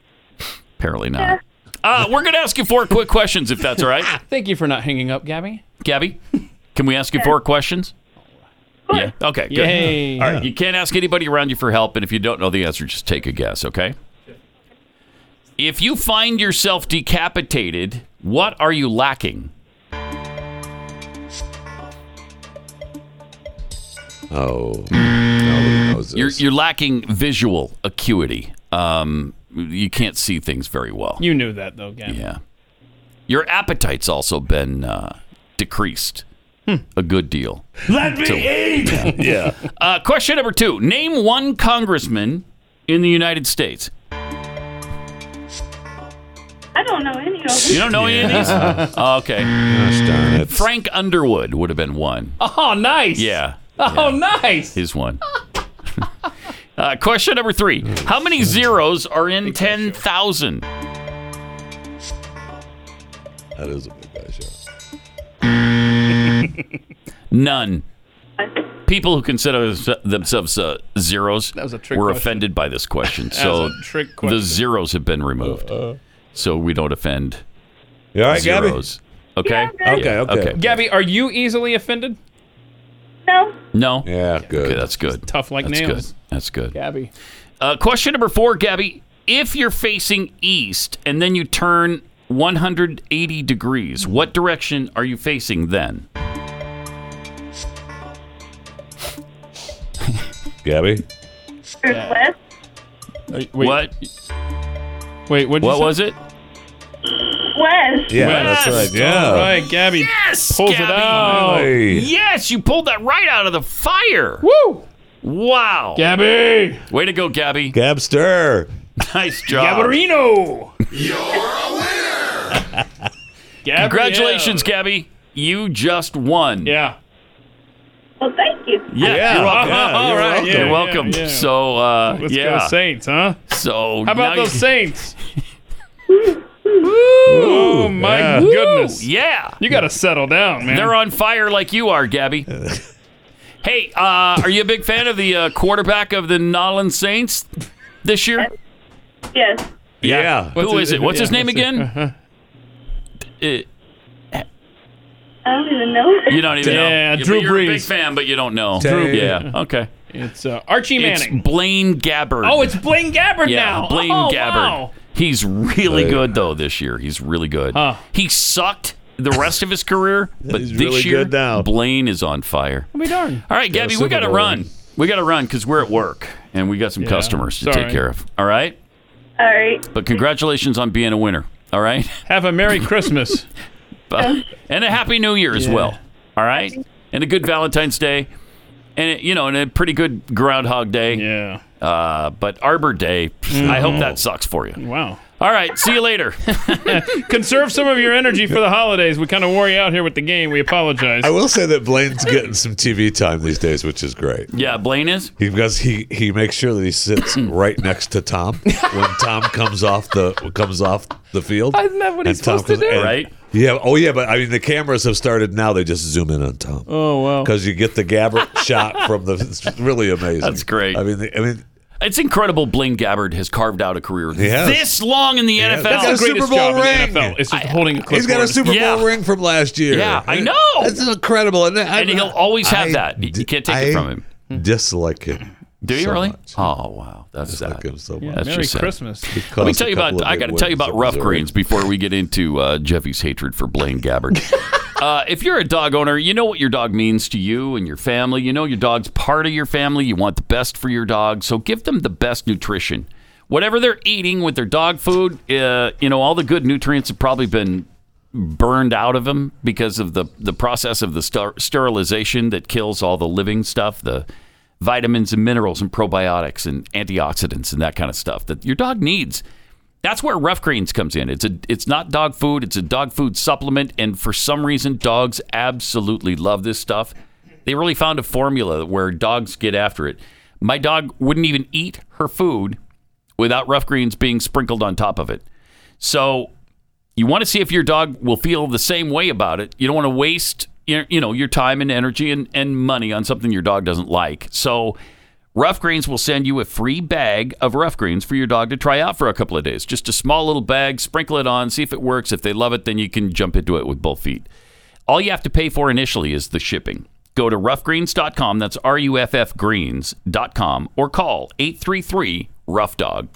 Apparently not. Uh, we're going to ask you four quick questions if that's all right. Thank you for not hanging up, Gabby. Gabby, can we ask you four questions? Yeah. Okay. Good. Yay. All right. You can't ask anybody around you for help, and if you don't know the answer, just take a guess. Okay. If you find yourself decapitated, what are you lacking? Oh, nobody knows You're, this. you're lacking visual acuity. Um, you can't see things very well. You knew that, though, Gabby. Yeah. Your appetite's also been uh, decreased a good deal. Let me eat! Yeah. Uh, question number two Name one congressman in the United States. I don't know any of them. You don't know any of these? Oh, okay. Frank Underwood would have been one. Oh, nice. Yeah. Oh, nice. His one. uh, question number three How many zeros are in 10,000? That is a big guy show. None. People who consider themse- themselves uh, zeros That was a trick were question. offended by this question. That so was a trick the question. zeros have been removed. so we don't offend all right, Gabby? zeros. Okay? Yeah, okay, okay. Gabby, are you easily offended? No? Yeah, good. Okay, that's good. Tough like That's nails. good. That's good. Gabby. Uh, question number four, Gabby. If you're facing east and then you turn 180 degrees, what direction are you facing then? Gabby? What? Uh, Wait, what'd you What say? was it? West. Yeah, that's right. Yeah. All right, Gabby. Yes, Pulls it Gabby. out. Finally. Yes, you pulled that right out of the fire. Woo! Wow. Gabby. Way to go, Gabby. Gabster. Nice job. Gabarino. You're a winner. Congratulations, Gabby. You just won. Yeah. Well, thank you. Yeah, Yeah. you're welcome. Yeah, you're All right. welcome. You're Yeah, welcome. yeah, yeah. So, uh, Let's yeah. go Saints, huh? So, How about now those you- Saints? oh my yeah. goodness! Yeah. You got to settle down, man. They're on fire like you are, Gabby. hey, uh, are you a big fan of the uh, quarterback of the Nolan Saints this year? Yes. Yeah. What's Who his- is it? What's yeah, his name what's it- again? uh-huh. It- I don't even know. Uh, you don't even Yeah, know. You- Drew but you're a big Brees. fan, but you don't know. Drew- Yeah. Okay. It's uh, Archie It's Manning. Blaine Gabbert. oh, it's Blaine Gabbert yeah, now. Blaine oh, Gabbert. Wow. He's really good though this year. He's really good. Huh. He sucked the rest of his career, but He's this really year good now. Blaine is on fire. I'll be darned. All right, Gabby, we Super got to Bowl. run. We got to run because we're at work and we got some Yeah, customers to sorry. take care of. All right? All right. But congratulations on being a winner. All right? Have a Merry Christmas. But- and a Happy New Year as Yeah. well. All right? And a good Valentine's Day. And, it, you know, and a pretty good Groundhog Day. yeah. Mm-hmm. Uh, but Arbor Day, I hope that sucks for you. Wow. All right. See you later. Conserve some of your energy for the holidays. We kind of wore you out here with the game. We apologize. I will say that Blaine's getting some TV time these days, which is great. Yeah, Blaine is. He, because he he makes sure that he sits right next to Tom when Tom comes off the comes off the field. Isn't that what he's Tom supposed to comes- do? and- Right. Yeah. Oh, yeah. But I mean, the cameras have started now. They just zoom in on Tom Oh wow. because you get the Gabbert shot from the. It's really amazing. That's great. I mean, the- I mean, It's incredible. Blaine Gabbard has carved out a career has. this long in the NFL. That's the That's the greatest Super Bowl job in the ring. NFL. It's just holding a he's got a Super Bowl Yeah. ring from last year. Yeah, I know. That's incredible. And, I- and he'll always have I that. You you can't take I it from him. Dislike him. Hmm. Do you so really? much. Oh wow, that's sad. so Yeah, That's Merry just sad. Christmas. It Let me costs tell a you about. couple of I big got to tell you wins about in rough Missouri. greens before we get into uh, Jeffy's hatred for Blaine Gabbard. uh, if you're a dog owner, you know what your dog means to you and your family. You know your dog's part of your family. You want the best for your dog, so give them the best nutrition. Whatever they're eating with their dog food, uh, you know all the good nutrients have probably been burned out of them because of the the process of the ster- sterilization that kills all the living stuff. The vitamins and minerals and probiotics and antioxidants and that kind of stuff that your dog needs. That's where Rough Greens comes in. It's a it's not dog food, it's a dog food supplement and for some reason dogs absolutely love this stuff. They really found a formula where dogs get after it. My dog wouldn't even eat her food without Rough Greens being sprinkled on top of it. So you want to see if your dog will feel the same way about it. You don't want to waste your- you know your time and energy and, and money on something your dog doesn't like. So Rough Greens will send you a free bag of Rough Greens for your dog to try out for a couple of days. Just a small little bag, sprinkle it on, see if it works. If they love it, then you can jump into it with both feet. All you have to pay for initially is the shipping. Go to roughgreens.com, that's R U F F greens.com, or call 833 Rough Dog.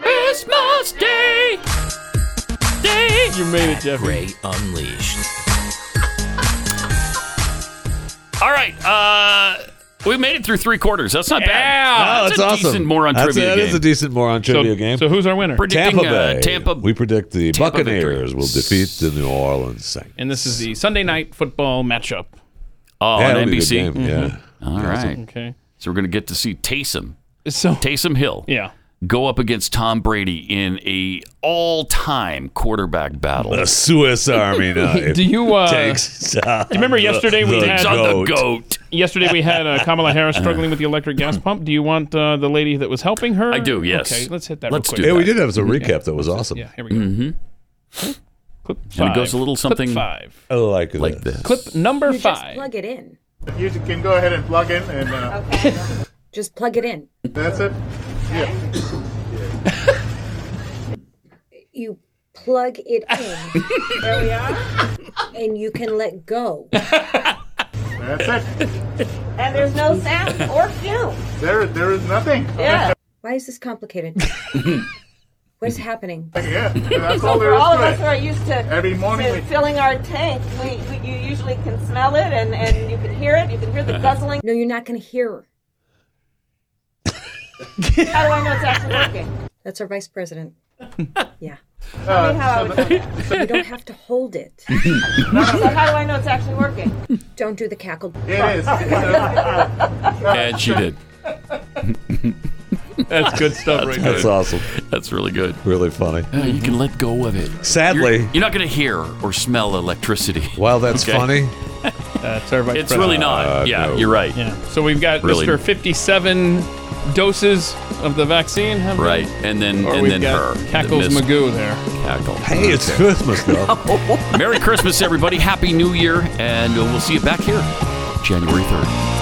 Christmas Day! Day! You made it, Jeff. Gray Unleashed. All right, uh, we made it through three quarars. That's not bad. Oh, that's, a decent moron That's- trivia That game. is a decent moron trivia game. so who's our winner? Tampa Predicting, uh, Bay. Tampa- We predict the Tampa Buccaneers victory. will defeat the New Orleans Saints. And this is the Sunday night football matchup. Oh, Yeah, it'll on be a good NBC. game, yeah. Mhm. All Yeah, right. it's a- Okay. So we're going to get to see Taysom. So Taysom Hill. Yeah. Go up against Tom Brady in a all-time quarterback battle. A Swiss Army knife. Do you, uh, takes down Do you remember yesterday the, we the had goat. Yesterday we had uh, Kamala Harris struggling with the electric gas pump. Do you want uh, the lady that was helping her? I do. yes. Okay, let's hit that. Let's real Yeah, quick. we did have some recap that was awesome. Yeah, here we go. Mm-hmm. Clip And it five. goes a little something- Clip five. I like this. Like this. Clip number You five. Just plug it in. You can go ahead and plug in, and uh, Just plug it in. that's it. Yeah. You plug it in. there we are. And you can let go. That's it. And there's no sound or fume. There, there is nothing. Why is this complicated? What's happening? Yeah, that's So all there for is all of to us who it. are used to, Every morning to we- filling our tank, we, we, you usually can smell it and, and you can hear it. You can hear the guzzling. No, you're not going to hear. How do I know it's actually working? That's our vice president. Yeah. Tell me how I would know that. you don't have to hold it. So how do I know it's actually working? Don't do the cackle. It is. And she did. That's good stuff right That's there. awesome. That's really good. Really funny. Uh, you can let go of it. Sadly, You're not going to hear or smell electricity. While that's Okay. funny, That's our vice It's really not. Uh, yeah, no. you're right. Yeah. So we've got Really. Mr. 57 doses of the vaccine. haven't we? Right, and then Or and we've then got her Cackles the missed- Magoo there. Cackle. Hey, it's Okay. Christmas though. Merry Christmas, everybody. Happy New Year, and uh, we'll see you back here January 3rd.